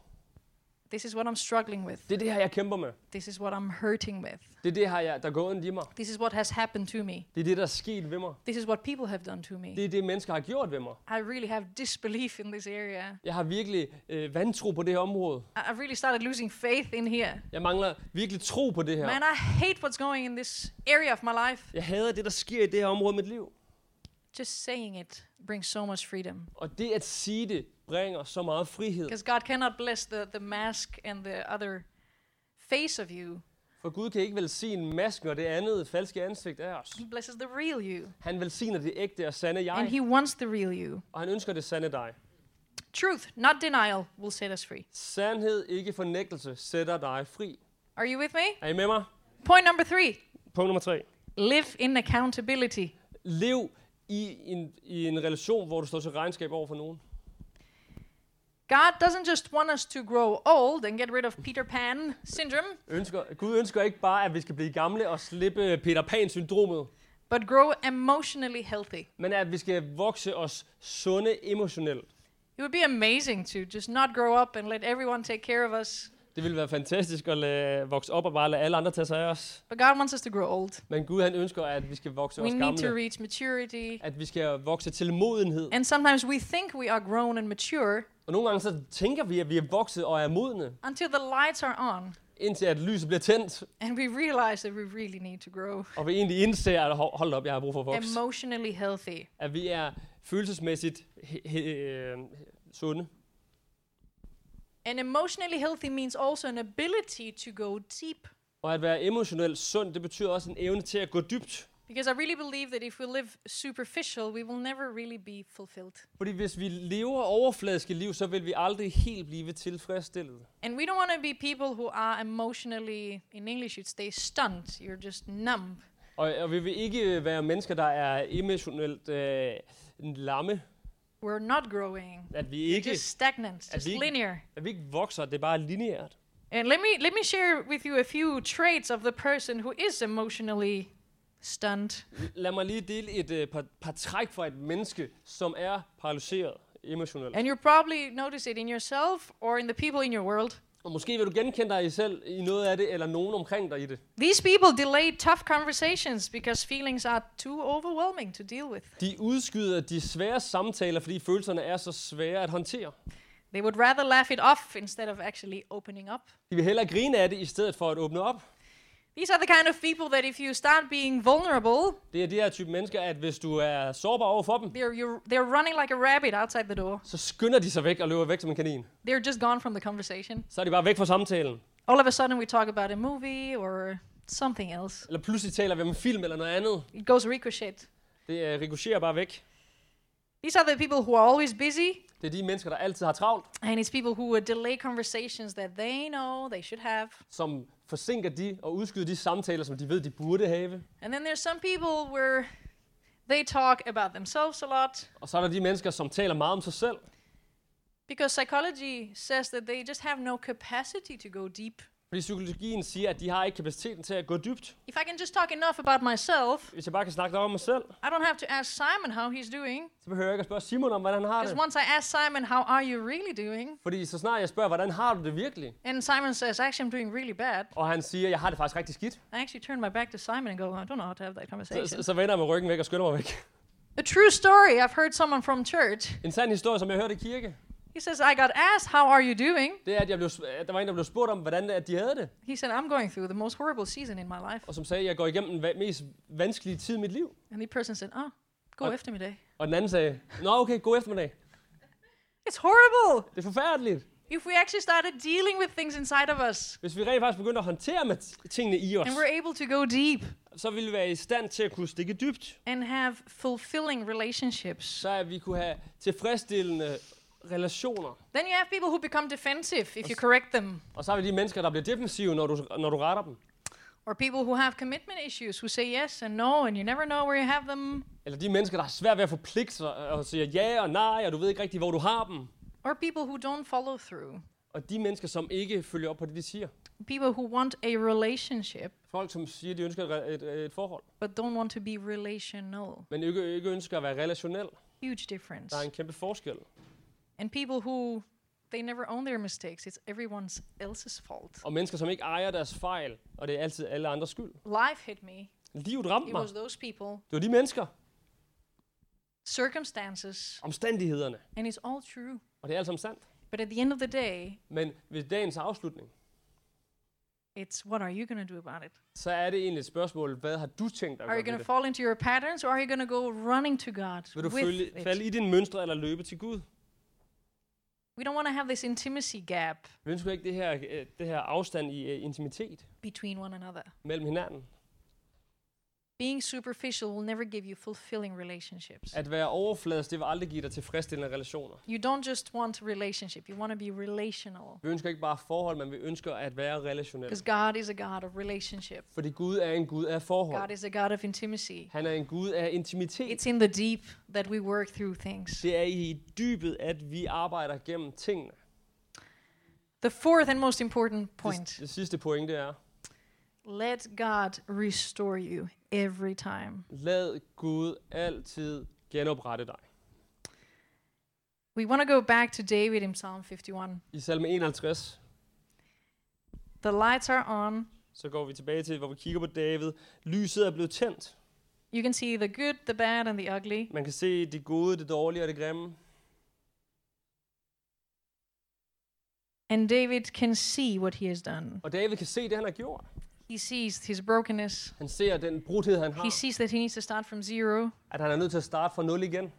B: This is what I'm struggling with.
A: Det er det her, jeg kæmper med.
B: This is what I'm hurting with.
A: Det er det her, jeg, der går ondt i mig.
B: This is what has happened to me.
A: Det er det, der er sket ved mig.
B: This is what people have done to me.
A: Det er det, mennesker har gjort ved mig.
B: I really have disbelief in this area.
A: Jeg har virkelig øh, vantro på det her område.
B: I- I've really started losing faith in here.
A: Jeg mangler virkelig tro på det her.
B: Man, I hate what's going in this area of my life.
A: Jeg hader det, der sker i det her område i mit liv.
B: Just saying it brings so much freedom.
A: Og det at sige det, bringer så meget frihed.
B: Because God cannot bless the, the mask and the other face of you.
A: For Gud kan ikke velsigne masken og det andet falske ansigt af os.
B: He blesses the real you.
A: Han velsigner det ægte og sande
B: And
A: jeg,
B: He wants the real you.
A: og han ønsker det sande dig.
B: Truth, not denial, will set us free.
A: Sandhed, ikke fornægtelse, sætter dig fri.
B: Are you with me?
A: Er I med mig?
B: Point number three
A: Punkt nummer tre.
B: live in accountability.
A: Lev i en, i en relation, hvor du står til regnskab over for nogen.
B: God doesn't just want us to grow old and get rid of Peter Pan syndrome,
A: Ønsker, Gud ønsker ikke bare, at vi skal blive gamle og slippe Peter Pan-syndromet,
B: but grow emotionally healthy.
A: men at vi skal vokse os sunde emotionelt.
B: It would be amazing to just not grow up and let everyone take care of us,
A: Det ville være fantastisk at lade, vokse op og bare lade alle andre tage sig af os.
B: but God wants us to grow old.
A: Men Gud han ønsker, at vi skal vokse
B: we
A: os
B: need to
A: gamle.
B: reach maturity.
A: At vi skal vokse til modenhed.
B: And sometimes we think we are grown and mature
A: Og nogle gange så tænker vi, at vi er vokset og er modne,
B: until the lights are on
A: indtil at lyset bliver tændt,
B: and we realize that we really need to grow
A: og vi egentlig indser, at "Hov, hold op, jeg har brug for at vokse.
B: emotionally healthy.
A: At vi er følelsesmæssigt he- he- øh, sunde.
B: And emotionally healthy means also an ability to go deep.
A: Og at være emotionelt sund, det betyder også en evne til at gå dybt.
B: Because I really believe that if we live superficial, we will never really be fulfilled.
A: Fordi hvis vi lever overfladiske liv, så vil vi aldrig helt blive tilfredsstillet.
B: And we don't want to be people who are emotionally, in English, you'd say stunned. You're just numb.
A: Og, og vi vil ikke være mennesker, der er emotionelt øh, lamme.
B: We're not growing.
A: At vi
B: We're
A: ikke,
B: just stagnant,
A: At
B: just
A: vi ikke-
B: linear.
A: at vi ikke vokser, det er bare lineært.
B: And let me let me share with you a few traits of the person who is emotionally stunned.
A: Lad mig lige dele et øh, par, par træk fra et menneske, som er paralyseret emotionelt.
B: And you probably notice it in yourself or in the people in your world.
A: Og måske vil du genkende dig selv i noget af det, eller nogen omkring dig i det.
B: These people delay tough conversations because feelings are too overwhelming to deal with.
A: De udskyder de svære samtaler, fordi følelserne er så svære at håndtere.
B: They would rather laugh it off instead of actually opening up.
A: De vil hellere grine af det, i stedet for at åbne op.
B: These are the kind of people that if you start being vulnerable,
A: Det er de her type mennesker, at hvis du er sårbar over for dem,
B: they're, you're, they're running like a rabbit outside the door.
A: så skynder de sig væk og løber væk som en kanin.
B: They're just gone from the conversation.
A: Så er de bare væk fra samtalen.
B: All of a sudden, we talk about a movie or something else.
A: Eller pludselig taler vi om en film eller noget andet.
B: It goes ricochet.
A: Det uh, rikocherer bare væk.
B: These are the people who are always busy,
A: Det er de mennesker, der altid har travlt,
B: and it's people who would delay conversations that they know they should have.
A: som forsinker de og udskyder de samtaler, som de ved, de burde have.
B: And then there's some people where they talk about themselves a lot
A: Og så er der de mennesker, som taler meget om sig selv.
B: because psychology says that they just have no capacity to go deep.
A: Fordi psykologien siger, at de har ikke kapaciteten til at gå dybt.
B: If I can just talk enough about myself,
A: Hvis jeg bare kan snakke om mig selv,
B: I don't have to ask Simon how he's doing.
A: så behøver jeg ikke at spørge Simon om, hvordan han har
B: Because
A: det.
B: once I ask Simon, how are you really doing?
A: Fordi så snart jeg spørger, hvordan har du det virkelig?
B: And Simon says, actually, I'm doing really bad.
A: Og han siger, jeg har det faktisk rigtig skidt.
B: I actually turn my back to Simon and go, I don't know how to have that
A: Så, så,
B: conversation.
A: så vender jeg med ryggen væk og skynder mig væk. [laughs]
B: A true story I've heard someone from church.
A: En sand historie, som jeg hørte i kirke,
B: He says, I got asked, how are you doing?
A: det er, at, jeg blev, at der var en, der blev spurgt om, hvordan det, er, at de havde det.
B: He said, I'm going through the most horrible season in my life.
A: Og som sagde, jeg går igennem den va- mest vanskelige tid i mit liv.
B: And the person said, Oh, go
A: Okay.
B: after me day.
A: Og den anden sagde, nå okay, god eftermiddag.
B: It's horrible.
A: Det er forfærdeligt.
B: If we actually started dealing with things inside of us
A: Hvis vi rent faktisk begyndte at håndtere med t- tingene i os,
B: and we're able to go deep
A: så ville vi være i stand til at kunne stikke dybt.
B: and have fulfilling relationships,
A: Så at vi kunne have tilfredsstillende relationer.
B: then you have people who become defensive if you correct them,
A: Og så har vi de mennesker, der bliver defensive, når du, når du retter dem.
B: or people who have commitment issues who say yes and no and you never know where you have them,
A: Eller de mennesker, der har svært ved at forpligte sig og siger ja og nej, og du ved ikke rigtig, hvor du har dem.
B: or people who don't follow through,
A: Og de mennesker, som ikke følger op på det, de siger.
B: people who want a relationship
A: Folk, som siger, de ønsker et, re- et, et forhold,
B: but don't want to be relational.
A: men ikke, ikke ønsker at være relationel.
B: Huge difference.
A: Der er en kæmpe forskel.
B: And people who they never own their mistakes, it's everyone's else's fault.
A: Og mennesker, som ikke ejer deres fejl, og det er altid alle andres skyld.
B: Life hit me.
A: Livet ramte
B: It
A: mig.
B: was those people,
A: Det var de mennesker.
B: circumstances,
A: Omstændighederne.
B: and it's all true.
A: Og det er alt sammen sandt.
B: But at the end of the day,
A: Men ved dagens afslutning,
B: it's what are you going to do about it?
A: så er det egentlig et spørgsmål, hvad har du tænkt dig
B: Are you
A: at gøre
B: going
A: ved
B: to
A: det?
B: fall into your patterns or are you going to go running to God?
A: Vil du
B: with
A: følge,
B: it?
A: falde i din mønstre eller løbe til Gud?
B: We don't want to have this intimacy gap
A: Vi ønsker ikke det her, øh, det her afstand i øh, intimitet
B: between one another.
A: mellem hinanden.
B: Being superficial will never give you fulfilling relationships.
A: At være overfladisk, det vil aldrig give dig tilfredsstillende relationer.
B: You don't just want relationship, you want to be relational.
A: Vi ønsker ikke bare forhold, men vi ønsker at være relationelle.
B: Because God is a God of relationship.
A: Fordi Gud er en Gud af forhold.
B: God is a God of intimacy.
A: Han er en Gud af intimitet.
B: It's in the deep that we work through things.
A: Det er i dybet, at vi arbejder gennem tingene.
B: The fourth and most important
A: Det,
B: point
A: det sidste pointe er,
B: let God restore you every time.
A: lad Gud altid genoprette dig.
B: We want to go back to David in Psalm 51.
A: I salme 51,
B: The lights are on.
A: så går vi tilbage til, hvor vi kigger på David. Lyset er blevet tændt.
B: You can see the good, the bad, and the ugly.
A: Man kan se det gode, det dårlige og det grimme.
B: And David can see what he has done.
A: Og David kan se det, han har gjort.
B: He sees his brokenness.
A: Han ser den brudhed, han
B: He
A: har.
B: sees that he needs to start from zero.
A: At han er nødt til at starte fra nul igen.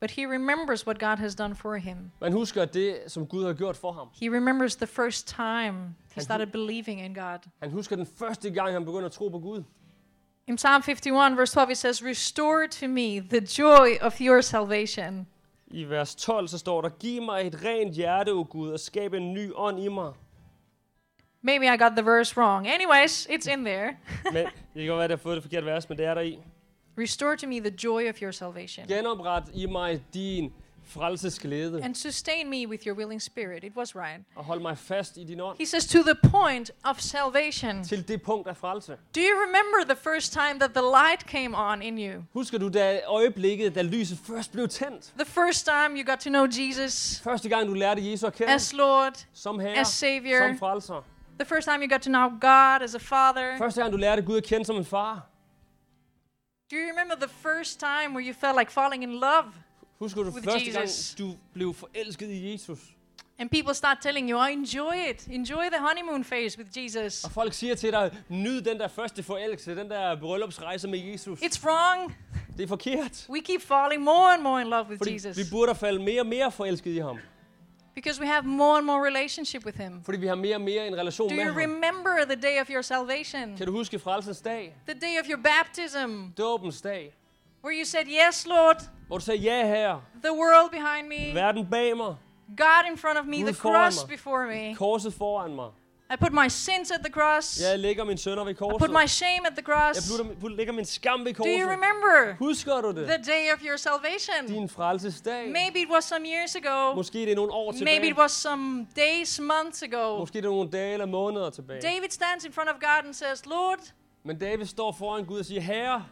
B: But he remembers what God has done for him.
A: Man husker det, som Gud har gjort for ham.
B: He remembers the first time he
A: And he-
B: started believing in God.
A: Han husker den første gang, han begynder at tro på Gud.
B: In Psalm 51, verse 12, it says, Restore to me the joy of your salvation.
A: I vers 12, så står der, Giv mig et rent hjerte, o Gud, og skab en ny ånd i
B: [laughs]
A: mig.
B: Maybe I got the verse wrong. Anyways, it's in there. [laughs]
A: Men det kan godt være, at jeg har fået det forkerte vers, men det er der i.
B: Restore to me the joy of your salvation.
A: Genopret i mig din frelsesglæde
B: and sustain me with your willing spirit. It was right.
A: og hold mig fast i din ånd
B: He says, to the point of salvation.
A: til det punkt af frelse.
B: Do you remember the first time that the light came on in you?
A: Husker du da øjeblikket, da lyset først blev tændt?
B: The first time you got to know Jesus
A: Første gang, du lærte Jesus at kende
B: as Lord,
A: som herre,
B: as Savior.
A: som frelser.
B: the first time you got to know God as a Father.
A: Første gang, du lærte Gud at kende som en far.
B: Do you remember the first time where you felt like falling in love?
A: Husker du
B: With
A: første gang,
B: Jesus.
A: du blev forelsket i Jesus?
B: And people start telling you, oh, enjoy it. Enjoy the honeymoon phase with Jesus.
A: Og folk siger til dig, nyd den der første forelskelse, den der bryllupsrejse med Jesus.
B: It's wrong.
A: Det er forkert.
B: We keep falling more and more in love with
A: Fordi
B: Jesus
A: vi burde falde mere og mere forelsket i ham.
B: because we have more and more relationship with Him.
A: Fordi vi har mere og mere en relation
B: Do
A: med
B: you
A: ham.
B: remember the day of your salvation?
A: Kan du huske frelsens dag?
B: The day of your baptism,
A: Dåbens dag?
B: where you said, Yes, Lord,
A: Hvor du sagde, ja herre,
B: the world behind me,
A: verden bag mig,
B: God in front of me,
A: Gud
B: the
A: foran
B: cross
A: mig.
B: before me.
A: korset foran mig.
B: I put my sins at the cross,
A: Jeg lægger min sønner ved
B: I
A: korset.
B: put my shame at the
A: Jeg
B: cross.
A: putter- put- lægger min skam ved
B: Do you
A: korset.
B: remember
A: Husker du det?
B: the day of your salvation?
A: Din frelsesdag.
B: Maybe it was some years ago,
A: Måske det er nogle år
B: maybe
A: tilbage.
B: it was some days, months ago.
A: Måske det er nogle dage eller måneder tilbage.
B: David stands in front of God and says, Lord,
A: Men David står foran Gud og siger, Herre,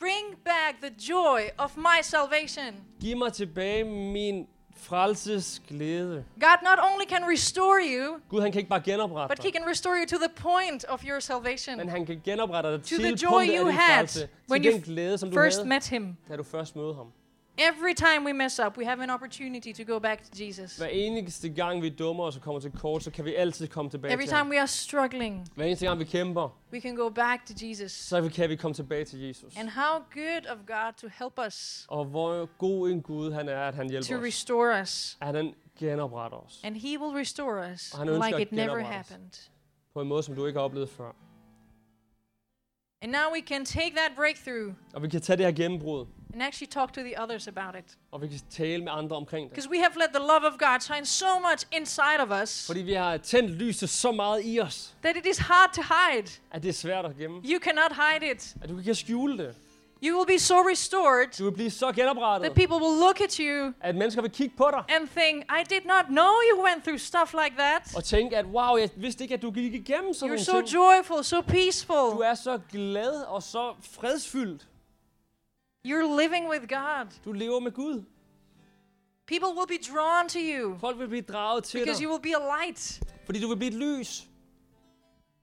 B: bring back the joy of my salvation.
A: giv mig tilbage min frelsesglæde.
B: God not only can restore you,
A: Gud, han kan ikke bare genoprette
B: but He
A: dig,
B: can restore you to the point of your
A: men
B: salvation.
A: han kan genoprette dig til
B: the
A: punktet
B: joy
A: af
B: you
A: din
B: had
A: frelse,
B: when
A: til
B: you
A: den glæde, som du
B: First
A: havde,
B: met Him.
A: da du først mødte ham.
B: Every time we mess up, we have an opportunity to go back to Jesus.
A: Hver eneste gang, vi dummer os og kommer til kort, så kan vi altid komme tilbage
B: Every
A: til ham.
B: time we are struggling,
A: Hver eneste gang, vi kæmper,
B: we can go back to Jesus.
A: så kan vi komme tilbage til Jesus.
B: And how good of God to help us,
A: Og hvor god en Gud han er, at han
B: to
A: hjælper os.
B: restore us.
A: At han genopretter os
B: And He will restore us
A: Og han ønsker
B: like
A: at
B: it never
A: genoprette os.
B: happened.
A: på en måde, som du ikke har oplevet før.
B: And now we can take that breakthrough
A: Og vi kan tage det her gennembrud,
B: and actually talk to the others about it.
A: og vi kan tale med andre omkring det.
B: Because we have let the love of God shine so much inside of us
A: Fordi vi har tændt lyset så meget i os,
B: that it is hard to hide.
A: at det er svært at gemme.
B: You cannot hide it.
A: At du ikke kan skjule det.
B: You will be so restored
A: Du vil blive så genoprettet,
B: that people will look at you
A: at mennesker vil kigge på dig
B: and think, I did not know you went through stuff like that.
A: og tænke, at wow, jeg vidste ikke, at du gik igennem sådan
B: You're
A: nogle
B: so
A: ting.
B: joyful, so
A: Du
B: peaceful.
A: er så glad og så fredsfyldt.
B: You're living with God.
A: Du lever med Gud.
B: People will be drawn to you
A: Folk vil blive draget til
B: because
A: dig,
B: you will be a light,
A: fordi du vil blive et lys.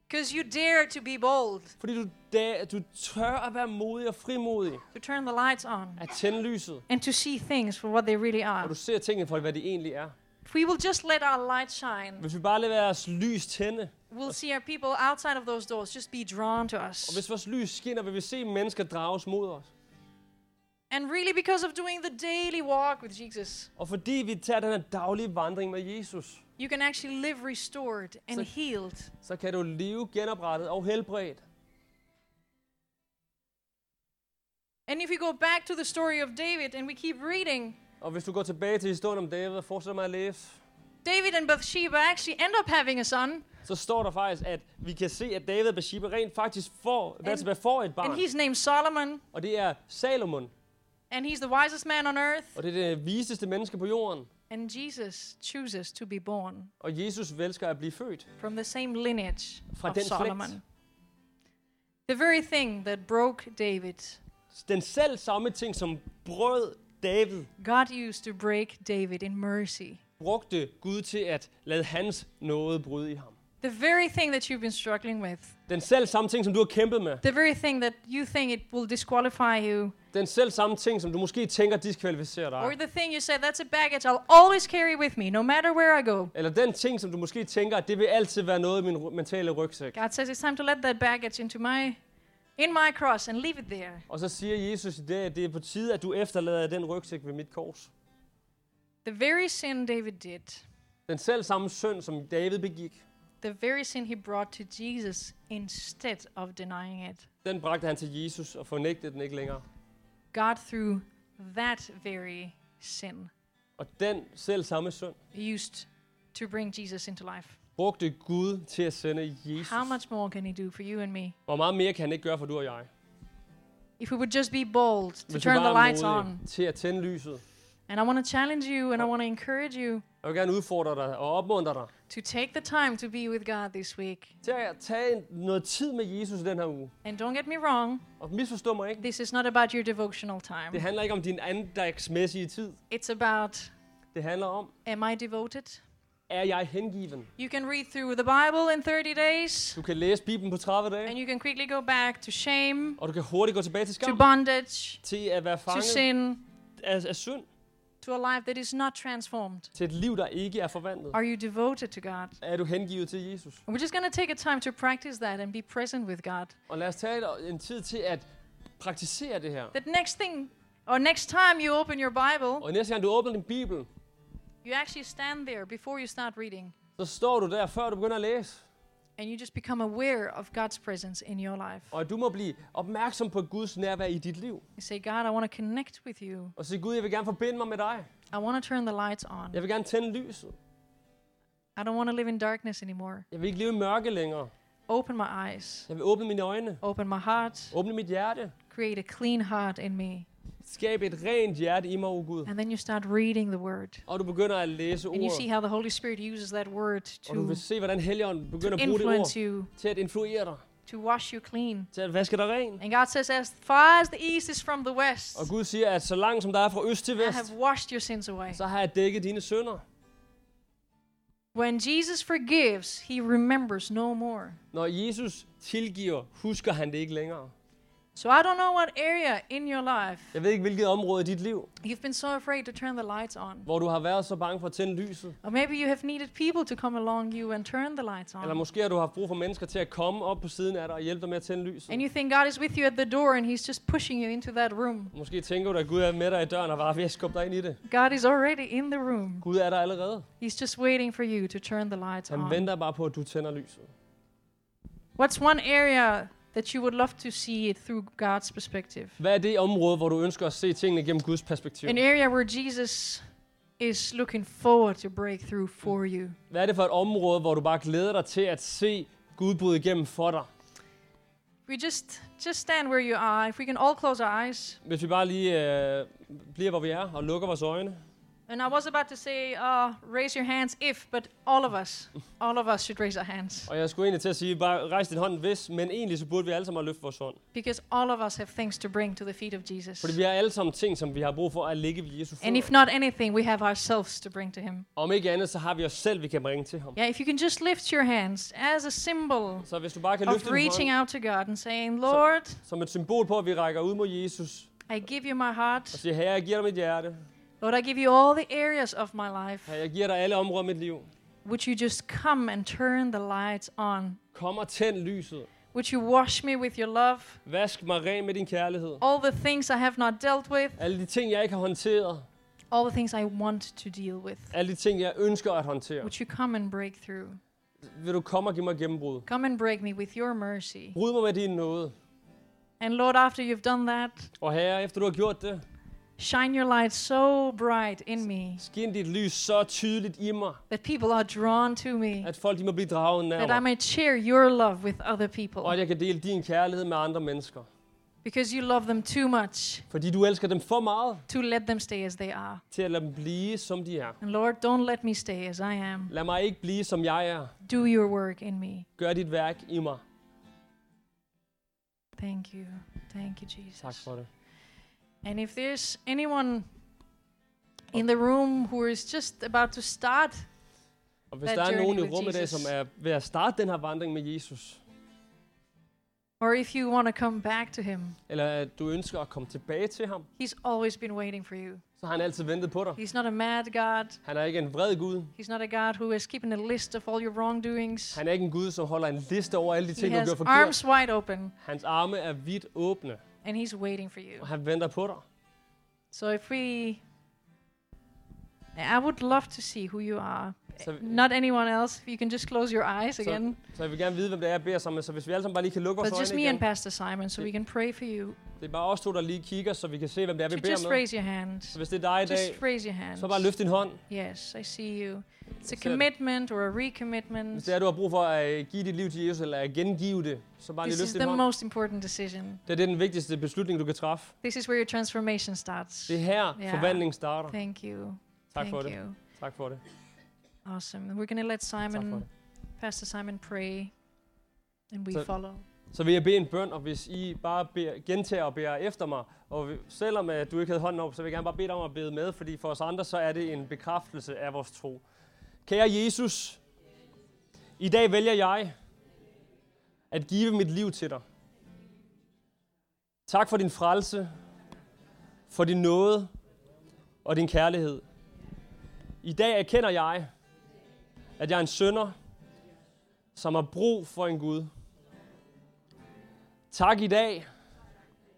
B: because you dare to be bold,
A: Fordi du, da, du tør at være modig og frimodig.
B: to turn the lights on,
A: At tænde lyset.
B: and to see things for what they really
A: Og
B: are.
A: du ser tingene for, hvad de egentlig er.
B: If we will just let our light shine,
A: Hvis vi bare lader vores lys tænde,
B: we'll see our people outside of those doors just be drawn to
A: og
B: us.
A: hvis vores lys skinner, vil vi se mennesker drages mod os.
B: And really, because of doing the daily walk with Jesus,
A: Og fordi vi tager den her daglige vandring med Jesus,
B: you can actually live restored and
A: So-
B: healed.
A: så kan du leve genoprettet og helbredt.
B: And if we go back to the story of David and we keep reading,
A: Og hvis du går tilbage til historien om David og fortsætter med at læse,
B: David and Bathsheba actually end up having a son,
A: så står der faktisk, at vi kan se, at David og Bathsheba rent faktisk får, hvad tilbage får et
B: and
A: barn.
B: he's named Solomon,
A: Og det er Salomon,
B: and he's the wisest man on earth.
A: og det er det viseste menneske på jorden.
B: And Jesus chooses to be born
A: Og Jesus velsker at blive født.
B: from the same lineage
A: Fra
B: of
A: den slægt.
B: Solomon. The very thing that broke David,
A: Den selv samme ting, som brød David,
B: God used to break David in mercy.
A: brugte Gud til at lade hans nåde bryde i ham.
B: The very thing that you've been struggling with,
A: Den selv samme ting, som du har kæmpet med.
B: the very thing that you think it will disqualify you,
A: Den selv samme ting, som du måske tænker diskvalificerer
B: or
A: dig.
B: the thing you say, that's a baggage I'll always carry with me, no matter where I go.
A: Eller den ting, som du måske tænker, at det vil altid være noget i min ru- mentale rygsæk.
B: God says it's time to let that baggage into my in my cross and leave it there.
A: Og så siger Jesus i dag, at det er på tide, at du efterlader den rygsæk ved mit kors.
B: The very sin David did,
A: Den selv samme synd, som David begik,
B: the very sin he brought to Jesus instead of denying it.
A: den bragte han til Jesus og fornægtede den ikke længere.
B: God through that very sin
A: Og den selv samme synd
B: used to bring Jesus into life.
A: brugte Gud til at sende Jesus.
B: How much more can he do for you and me?
A: Hvor meget mere kan han ikke gøre for du og jeg?
B: If we would just be bold to
A: Hvis vi
B: turn the
A: bare er
B: lights
A: modige
B: on,
A: til at tænde lyset,
B: And I want to challenge you and I want to encourage you
A: Jeg vil gerne udfordre dig og opmuntre dig
B: to take the time to be with God this week.
A: til at tage en- noget tid med Jesus i den her uge.
B: And don't get me wrong,
A: Og misforstå mig ikke.
B: this is not about your devotional
A: Det
B: time.
A: handler ikke om din andagsmæssige tid.
B: It's about
A: Det handler om,
B: am I devoted?
A: er jeg hengiven?
B: You can read through the Bible in 30 days
A: Du kan læse Bibelen på 30 dage,
B: and you can quickly go back to shame,
A: og du kan hurtigt gå tilbage til
B: to
A: skam,
B: bondage,
A: til at være
B: to
A: fanget
B: sin,
A: af, af synd,
B: to a life that is not transformed.
A: til et liv, der ikke er forvandlet.
B: Are you devoted to God?
A: Er du hengivet til Jesus?
B: And we're just going to take a time to practice that and be present with God.
A: Og lad os tage en tid til at praktisere det her.
B: That next thing, or next time you open your Bible,
A: Og næste gang du åbner din Bibel,
B: you actually stand there before you start reading
A: så står du der, før du begynder at læse.
B: and you just become aware of God's presence in your life.
A: Og at du må blive opmærksom på Guds nærvær i dit liv.
B: You say, God, I want to connect with you.
A: Og sige, Gud, jeg vil gerne forbinde mig med dig.
B: I want to turn the lights on.
A: Jeg vil gerne tænde lyset.
B: I don't want to live in darkness anymore.
A: Jeg vil ikke leve i mørke længere.
B: Open my eyes.
A: Jeg vil åbne mine øjne.
B: Open my heart.
A: Åbne mit hjerte.
B: Create a clean heart in me.
A: Skab et rent hjerte i mig, o Gud.
B: And then you start reading the word.
A: Og du begynder at læse
B: And you see
A: ordet.
B: how the Holy Spirit uses that word
A: Og
B: to
A: du vil se, hvordan Helligånden begynder at bruge det
B: influence
A: ord
B: you,
A: til at influere dig.
B: to wash you clean.
A: Til at vaske dig ren.
B: And God says, As far as the east is from the west,
A: Og Gud siger, at så langt som der er fra øst til
B: I have
A: vest,
B: washed your sins away.
A: så har jeg dækket dine sønder.
B: When Jesus forgives, he remembers no more.
A: Når Jesus tilgiver, husker han det ikke længere.
B: So I don't know what area in your life
A: Jeg ved ikke, hvilket område i dit liv,
B: you've been so afraid to turn the lights on.
A: hvor du har været så bange for at tænde lyset.
B: Or maybe you have needed people to come along you and turn the lights
A: Eller
B: on.
A: måske har du haft brug for mennesker til at komme op på siden af dig og hjælpe dig med at tænde lyset.
B: And you think God is with you at the door and he's just pushing you into that room.
A: Måske tænker du, at Gud er med dig i døren og bare er ved at skubbe dig ind i det.
B: God is already in the room.
A: Gud er der allerede.
B: He's just waiting for you to turn the lights
A: Han
B: on.
A: venter bare på, at du tænder lyset.
B: What's one area that you would love to see it through God's perspective?
A: Hvad er det område, hvor du ønsker at se tingene gennem Guds perspektiv?
B: An area where Jesus is looking forward to break through for you.
A: Hvad er det for et område, hvor du bare glæder dig til at se Gud bryde igennem for dig?
B: We just just stand where you are. If we can all close our eyes.
A: Hvis vi bare lige øh, bliver, hvor vi er, og lukker vores øjne.
B: And I was about to say, uh, raise your hands if, but all of us, all of us should raise our hands
A: Og jeg skulle egentlig til at sige, bare rejs din hånd, hvis, men egentlig så burde vi alle sammen have løftet vores hånd.
B: because all of us have things to bring to the feet of Jesus.
A: Fordi vi har alle sammen ting, som vi har brug for at ligge ved Jesu
B: And if
A: fødder.
B: not anything, we have ourselves to bring to Him.
A: Om ikke andet, så har vi os selv, vi kan bringe til ham.
B: Yeah, if you can just lift your hands as a symbol
A: Så hvis du bare kan
B: of
A: løfte din
B: reaching
A: hånd,
B: out to God and saying, Lord,
A: som et symbol på, at vi rækker ud mod Jesus,
B: I give you my heart.
A: og siger, herre, jeg giver dig mit hjerte.
B: Lord, I give you all the areas of my life.
A: Herre, jeg giver dig alle områder af mit liv.
B: Would you just come and turn the lights on?
A: Kom og tænd lyset.
B: Would you wash me with your love?
A: Vask mig ren med din kærlighed.
B: all the things I have not dealt with,
A: Alle de ting, jeg ikke har håndteret.
B: all the things I want to deal with.
A: Alle de ting, jeg ønsker at håndtere.
B: Would you come and break through?
A: Vil du komme og give mig gennembrud?
B: Come and break me with your mercy.
A: Bryd mig med din nåde.
B: And Lord, after you've done that,
A: Og herre, efter du har gjort det,
B: shine your light so bright in me
A: skin dit lys så tydeligt i mig,
B: that people are drawn to me,
A: at folk de må blive draget
B: that I
A: nærmere.
B: may share your love with other
A: Og
B: people
A: at jeg kan dele din kærlighed med andre mennesker.
B: because you love them too much
A: Fordi du elsker dem for meget,
B: to let them stay as they are.
A: til at lade dem blive, som de er.
B: And Lord, don't let me stay as I am.
A: Lad mig ikke blive, som jeg er.
B: Do your work in me.
A: Gør dit værk i mig.
B: Thank you. Thank you,
A: Tak
B: Jesus.
A: for det.
B: And if there's anyone in the room who is just about to start,
A: Og hvis
B: That
A: der er
B: journey
A: nogen i
B: with
A: rummet i dag, som
B: Jesus.
A: er ved at starte den her vandring med Jesus,
B: or if you want to come back to him,
A: eller at du ønsker at komme tilbage til ham,
B: he's always been waiting for you.
A: så har han altid ventet på dig.
B: He's not a mad God.
A: Han er ikke en vred Gud.
B: He's not a God who is keeping a list of all your wrongdoings.
A: Han er ikke en Gud, som holder en liste over alle de
B: He
A: ting, du
B: has
A: gør forkert.
B: arms wide open
A: Hans arme er vidt åbne,
B: and he's waiting for you.
A: og han venter på dig.
B: So if we I would love to see who you are.
A: Så,
B: Not anyone else. If you can just close your eyes again.
A: så jeg vil gerne vide, hvem det er, jeg beder sammen med. Så hvis vi alle sammen bare lige kan lukke
B: But
A: vores
B: just
A: øjne
B: me and
A: igen.
B: Pastor Simon so we can pray for you.
A: Det er bare os to, der lige kigger, så vi kan se, hvem det er,
B: So
A: vi beder
B: just
A: med.
B: raise your hand.
A: Så hvis det er dig i dag,
B: Just raise your hand.
A: så bare løft din hånd.
B: Yes, I see you. It's a commitment or a recommitment.
A: Hvis det er, du har brug for at øh, give dit liv til Jesus, eller at gengive det, så bare
B: This
A: lige
B: is
A: løft
B: the
A: din hånd.
B: most important decision.
A: Det er den vigtigste beslutning, du kan træffe.
B: This is where your transformation starts.
A: Det er her,
B: Ja.
A: forvandlingen starter.
B: Thank you.
A: Tak
B: Thank
A: for det.
B: you.
A: Tak for det.
B: Awesome. We're going to let
A: Tak for
B: Simon,
A: det.
B: Pastor Simon, pray, and we
A: Så-
B: follow.
A: Så vil jeg bede en bøn, og hvis I bare beder, gentager og beder efter mig, og vi- selvom at du ikke havde hånden op, så vil jeg gerne bare bede dig om at bede med, fordi for os andre, så er det en bekræftelse af vores tro. Kære Jesus, i dag vælger jeg at give mit liv til dig. Tak for din frelse, for din nåde og din kærlighed. I dag erkender jeg, at jeg er en sønder, som har brug for en Gud. Tak i dag,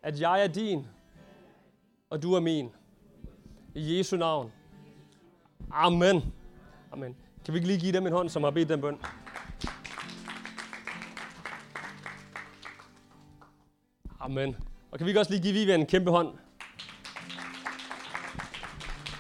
A: at jeg er din, og du er min. I Jesu navn. Amen. Amen. Kan vi ikke lige give dem en hånd, som har bedt den bøn? Amen. Og kan vi ikke også lige give Vivian en kæmpe hånd?